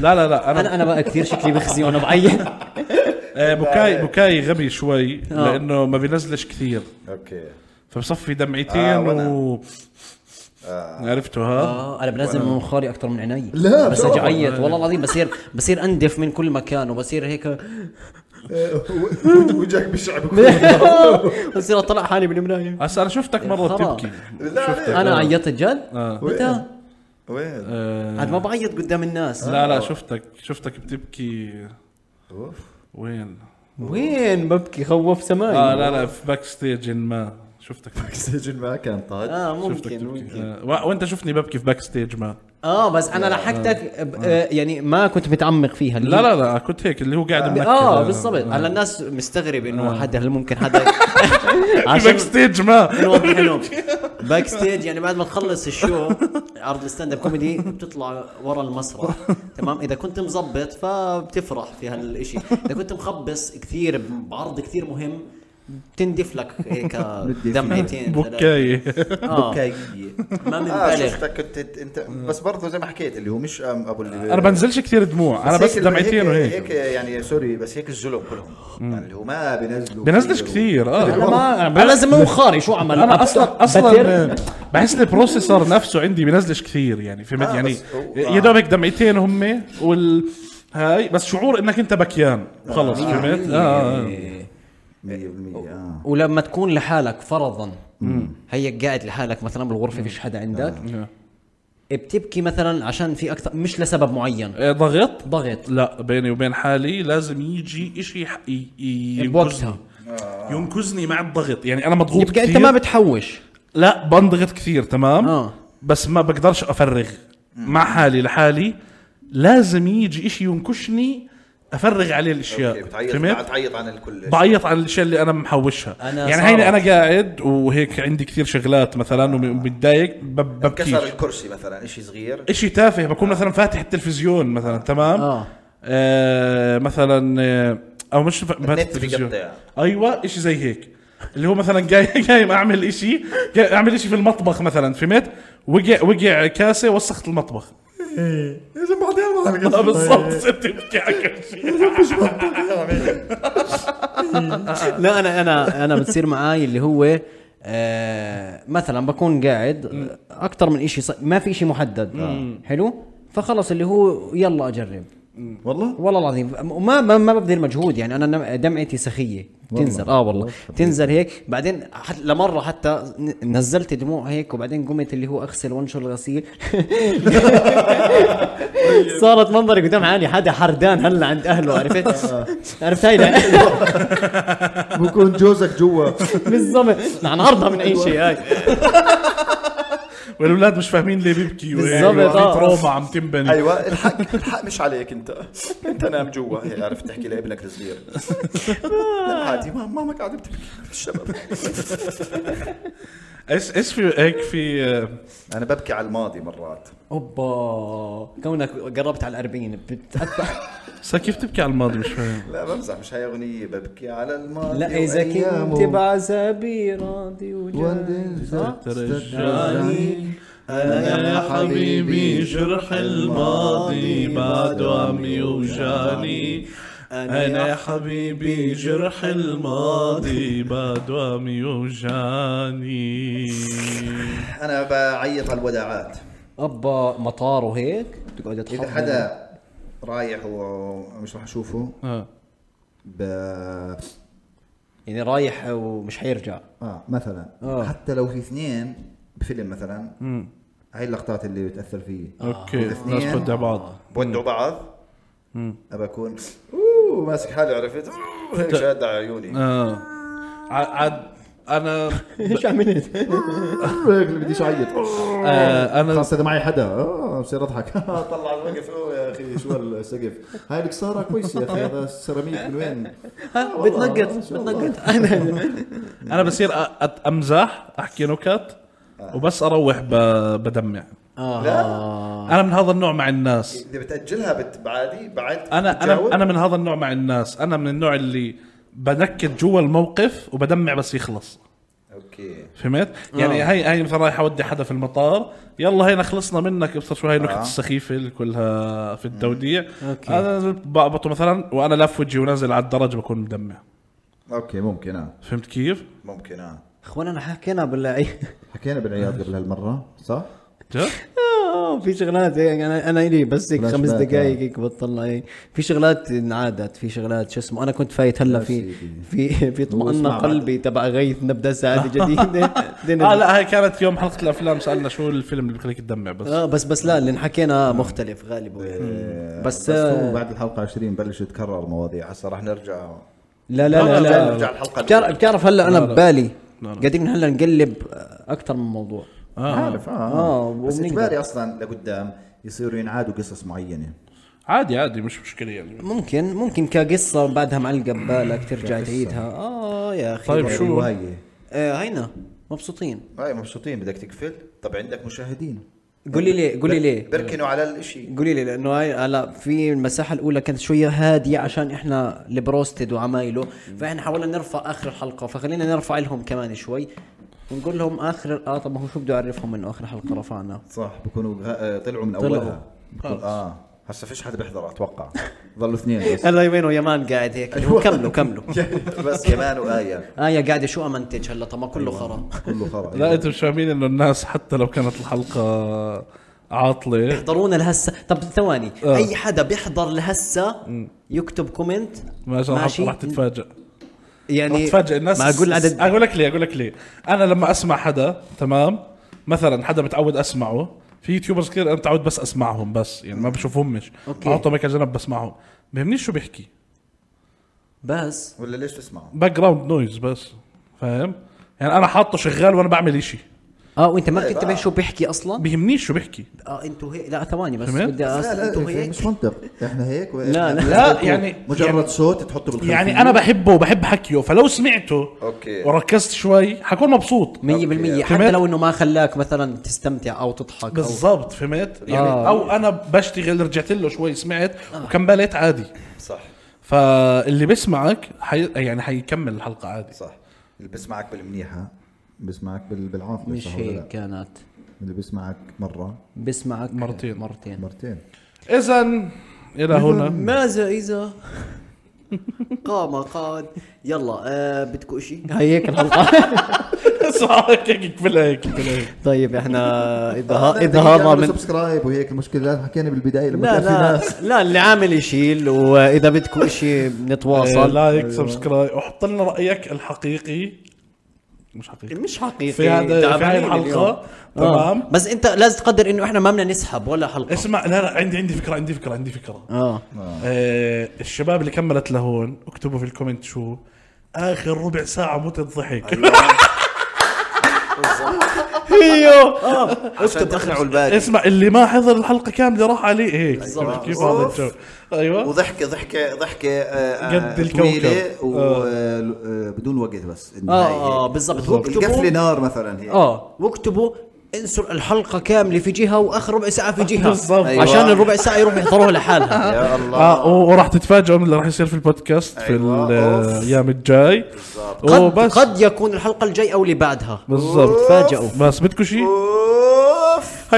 لا لا لا انا, انا انا بقى كثير شكلي بخزي وانا بعيط آه بكاي بكاي غبي شوي آه. لانه ما بينزلش كثير اوكي فبصفي دمعتين آه، وأنا. و عرفتوا ها؟ اه انا بنزل من منخاري اكثر من عيني لا، بس بصراحة. اجي اعيط والله العظيم بصير بصير اندف من كل مكان وبصير هيك (laughs) (laughs) وجهك بالشعب بصير اطلع حالي بالمرايه هسا انا شفتك مره خرا. بتبكي لا، شفتك انا عيطت جد؟ آه. متى؟ وين؟ آه، عاد ما بعيط قدام الناس لا لا شفتك شفتك بتبكي وين؟ وين ببكي خوف سماي اه لا لا في باك ستيج ما شفتك سجن ما كان طاج اه شفتك ممكن بتبكي. ممكن آه، و- وانت شفني ببكي في باك ستيج ما اه بس انا لحقتك ب- آه، يعني ما كنت متعمق فيها لا لا لا كنت هيك اللي هو قاعد منكر اه بالضبط هلا الناس مستغرب آه. انه حدا هل ممكن (laughs) حدا في باك عشان ستيج ما نوضح لهم باك ستيج يعني بعد ما تخلص الشو عرض الستاند اب كوميدي بتطلع ورا المسرح تمام اذا كنت مزبط فبتفرح في هالشيء اذا كنت مخبص كثير بعرض كثير مهم بتندف لك هيك دمعتين بكاي آه. كي ما اه بنبالغ شفتك كنت انت بس برضه زي ما حكيت اللي هو مش أم- ابو اللي انا بنزلش كثير دموع انا هيك بس ال- هيك دمعتين وهيك يعني سوري بس هيك الزلم كلهم يعني اللي هو ما بينزلوا بنزلش كثير انا اه ما انا لازم مو خاري شو عمل انا اصلا بتر؟ اصلا آه، بحس البروسيسور نفسه عندي بنزلش كثير يعني فهمت آه، يعني بس هو- يا دوبك دمعتين هم وال هاي بس شعور انك انت بكيان خلص فهمت اه آه. 100% آه. اه ولما تكون لحالك فرضا هيك قاعد لحالك مثلا بالغرفه فيش حدا عندك بتبكي مثلا عشان في اكثر مش لسبب معين آه، ضغط ضغط لا بيني وبين حالي لازم يجي شيء ينقذني بوقتها. ينقذني مع الضغط يعني انا مضغوط يبقى كثير انت ما بتحوش لا بنضغط كثير تمام آه. بس ما بقدرش افرغ مع حالي لحالي لازم يجي شيء ينكشني افرغ عليه أوكي، الاشياء بتعيط فهمت بتعيط عن الكل بعيط على الاشياء اللي انا محوشها أنا يعني صارت. هيني انا قاعد وهيك عندي كثير شغلات مثلا ومتضايق ببكيش كسر الكرسي مثلا شيء صغير اشي تافه بكون مثلا فاتح التلفزيون مثلا تمام آه. آه مثلا آه او مش ف- فاتح النت التلفزيون بيقطع. ايوه اشي زي هيك اللي هو مثلا جاي (laughs) جاي اعمل إشي جاي اعمل إشي في المطبخ مثلا فهمت وقع وقع كاسه وسخت المطبخ يا زلمه بعدين ما آه، بالضبط (laughs) صرت ابكي على كل شيء لا انا انا انا بتصير معاي اللي هو آه مثلا بكون قاعد اكثر من شيء ما في شيء محدد حلو فخلص اللي هو يلا اجرب والله والله العظيم وما ما, ما ببذل مجهود يعني انا نم- دمعتي سخيه تنزل اه والله تنزل هيك بعدين حت لمره حتى ن- نزلت دموع هيك وبعدين قمت اللي هو اغسل وانشر الغسيل صارت منظري قدام عيني حدا حردان هلا عند اهله (laughs) عرفت عرفت هيدا بكون جوزك (laughs) جوا (laughs) بالضبط نحن عرضها من اي شيء هاي والولاد مش فاهمين ليه بيبكي بالضبط، بالضبط آه. في تروما عم تنبني ايوه الحق الحق مش عليك انت انت نام جوا هيك عرفت تحكي لابنك الصغير لا، عادي ما- مامك قاعده بتبكي الشباب ايش ايش في هيك في آه، انا ببكي على الماضي مرات اوبا كونك قربت على الأربعين (laughs) بتتأثر صار كيف تبكي على الماضي مش فاهم لا بمزح مش هاي اغنيه ببكي على الماضي لا اذا وأيامه. كنت بعذابي راضي وجاي صح؟ ترجعني أنا يا حبيبي جرح الماضي بعده عم يوجعني أنا يا حبيبي جرح الماضي بعده عم يوجعني انا بعيط على الوداعات ابا مطار وهيك تقعد اذا تحضر حدا رايح ومش رح اشوفه آه. ب... يعني رايح ومش حيرجع اه مثلا آه. آه. حتى لو في اثنين بفيلم مثلا هاي اللقطات اللي بتاثر فيي آه. اوكي الاثنين. الناس بتودع بعض بودعوا بعض ابى اكون اوه ماسك حالي عرفت أوه، هيك شاد على عيوني اه ع- عاد آه، انا ايش عملت؟ (laughs) هيك اللي بديش اعيط آه، انا خاصة اذا معي حدا آه، بصير اضحك (laughs) طلع الوقف اوه يا اخي شو السقف هاي الكسارة كويسة يا اخي هذا السيراميك من وين؟ والله، بتنقط ما شاء الله. بتنقط انا (laughs) انا بصير أ- أت- امزح احكي نكت وبس اروح ب- بدمع آه. لا. انا من هذا النوع مع الناس اذا بتاجلها بت- بعادي بعد انا بتجاوب؟ انا انا من هذا النوع مع الناس انا من النوع اللي بنكت جوا الموقف وبدمع بس يخلص اوكي فهمت يعني هاي هاي مثلا رايح اودي حدا في المطار يلا هينا خلصنا منك ابصر شو هاي النكت السخيفه اللي كلها في التوديع أوكي. انا بقبطه مثلا وانا لاف وجهي ونازل على الدرج بكون مدمع اوكي ممكن اه فهمت كيف آه. ممكن اه اخواننا حكينا بالله (laughs) حكينا بالعياط قبل هالمرة صح؟ جد؟ آه، في شغلات هيك انا انا الي بس هيك فلاش خمس باك، دقائق آه. هيك بطلع هيك في شغلات انعادت في شغلات شو اسمه انا كنت فايت هلا في في في طمأن واسمع بعد. آه، قلبي تبع غيث نبدا (laughs) سعاده جديده اه لا هاي كانت يوم حلقه الافلام سالنا شو الفيلم اللي بخليك تدمع بس اه بس بس لا اللي انحكينا مختلف غالبا يعني. بس آه، هو بعد الحلقة 20 بلش يتكرر مواضيع هسه رح نرجع لا لا لا لا، لا نرجع الحلقة بتعرف- الأولى. بتعرف هلا انا لا، لا. ببالي لا، لا. قاعدين هلا نقلب اكثر من موضوع آه. عارف اه اه بس وبنقدر. اجباري اصلا لقدام يصيروا ينعادوا قصص معينه عادي عادي مش مشكله يعني ممكن ممكن كقصه بعدها معلقه ببالك ترجع تعيدها اه يا اخي طيب شو هاي آه، هينا مبسوطين هاي مبسوطين بدك تقفل طب عندك مشاهدين قولي لي قولي لي بركنوا على الاشي قولي لي لانه هاي هلا في المساحه الاولى كانت شويه هاديه عشان احنا البروستد وعمايله فاحنا حاولنا نرفع اخر الحلقه فخلينا نرفع لهم كمان شوي ونقول لهم اخر اه طب ما هو شو بده يعرفهم انه اخر حلقه رفعنا صح بكونوا غ- آه، طلعوا من طلعوا. اولها بكون- اه هسه فيش حدا بيحضر اتوقع ظلوا اثنين بس هلا يمين ويمان قاعد هيك اللي هو أيوة. كملوا (laughs) كملوا (laughs) بس كمان وايه آية قاعدة شو أمنتج هلا طب ما كله أيوة. خرا كله خرا لا انتم مش فاهمين انه الناس حتى لو كانت الحلقه عاطله يحضرونا لهسه طب ثواني آه. أي حدا بيحضر لهسه يكتب كومنت ماشي راح راح تتفاجئ راح يعني تتفاجئ الناس معقول عدد اقول لك ليه اقول لك ليه انا لما اسمع حدا تمام مثلا حدا متعود اسمعه في يوتيوبرز كثير انا متعود بس اسمعهم بس يعني ما بشوفهمش أوكي. بحطهم هيك على جنب بسمعهم بهمنيش شو بيحكي بس ولا ليش تسمعوا باك جراوند نويز بس فاهم يعني انا حاطه شغال وانا بعمل إشي اه وانت ما طيب، بتنتبه آه. شو بيحكي اصلا بيهمنيش شو بيحكي اه انتوا هيك لا ثواني بس تمام. بدي لا أس... لا انتوا إيه، هيك مش منطق احنا هيك و- لا، لا. لا، يعني- مجرد يعني- صوت تحطه بالخلفية يعني انا بحبه وبحب حكيه فلو سمعته أوكي. وركزت شوي حكون مبسوط 100% حتى تمام. لو انه ما خلاك مثلا تستمتع او تضحك أو- بالضبط فهمت يعني آه. او انا بشتغل رجعت له شوي سمعت وكملت عادي صح فاللي بيسمعك حي... يعني حيكمل الحلقه عادي صح اللي بسمعك بالمنيحه بسمعك بال- بالعاطفه مش صح ولا هيك لا؟ كانت اللي بسمعك مره بسمعك مرتين. مرتين مرتين اذا الى هنا ماذا اذا قام قاد يلا آه بدكم شيء هيك الحلقه (laughs) (laughs) صح هيك هيك كفل هيك كفل هيك طيب (laughs) احنا اذا آه، اذا بدك هذا يعملوا من سبسكرايب وهيك المشكله لازم حكينا بالبدايه لما لا كان في (laughs) لا ناس لا اللي عامل يشيل واذا بدكم شيء آه، بنتواصل لايك سبسكرايب وحط لنا رايك الحقيقي مش حقيقي مش حقيقي في هذا في هاي تعبانين الحلقه اليوم. آه. تمام بس انت لازم تقدر انه احنا ما بدنا نسحب ولا حلقه اسمع لا لا عندي عندي فكره عندي فكره عندي فكره اه آه الشباب اللي كملت لهون اكتبوا في الكومنت شو اخر ربع ساعه موت الضحك أيوة. هيو آه. عشان تقنعوا الباقي اسمع اللي ما حضر الحلقه كامله راح عليه هيك كيف هذا أوف. الجو أيوة. ايوه وضحكه ضحكه ضحكه آه، آه، قد الكوكب. طويله آه. وبدون وقت بس اه النهاية اه هيك. بالضبط القفله واكتبوا نار مثلا هيك اه واكتبوا انسوا الحلقه كامله في جهه واخر ربع ساعه في جهه بالضبط. أيوة. عشان الربع ساعه يروحوا يحضروها (laughs) لحالها يا الله اه و- وراح تتفاجئوا من اللي راح يصير في البودكاست في أيوة. ال- أوف. الايام الجاي قد وبس قد يكون الحلقه الجاي او اللي بعدها بالضبط تفاجئوا بس بدكم شيء اوف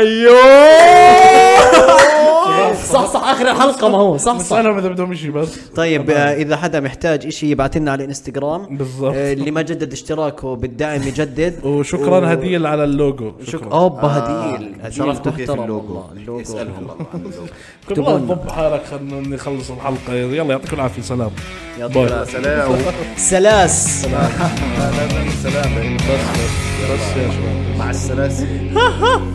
صح صح اخر الحلقه ما هو صح صح اسالهم اذا بدهم شيء بس طيب آه، اذا حدا محتاج إشي يبعث لنا على الانستغرام بالضبط. آه، اللي ما جدد اشتراكه بالدعم يجدد وشكرا هديل على اللوجو شكرا شكرا اوبا هديل هديل شرفتوا آه، كيف تحترم اللوجو والله. اسالهم والله عن اللوجو كل اكتبوا واحد لنا. ضب حالك خلينا نخلص الحلقه يلا يعطيكم العافيه سلام يعطيك باي. العافية. سلام سلاس سلام سلام بس بس يا شباب مع السلاسل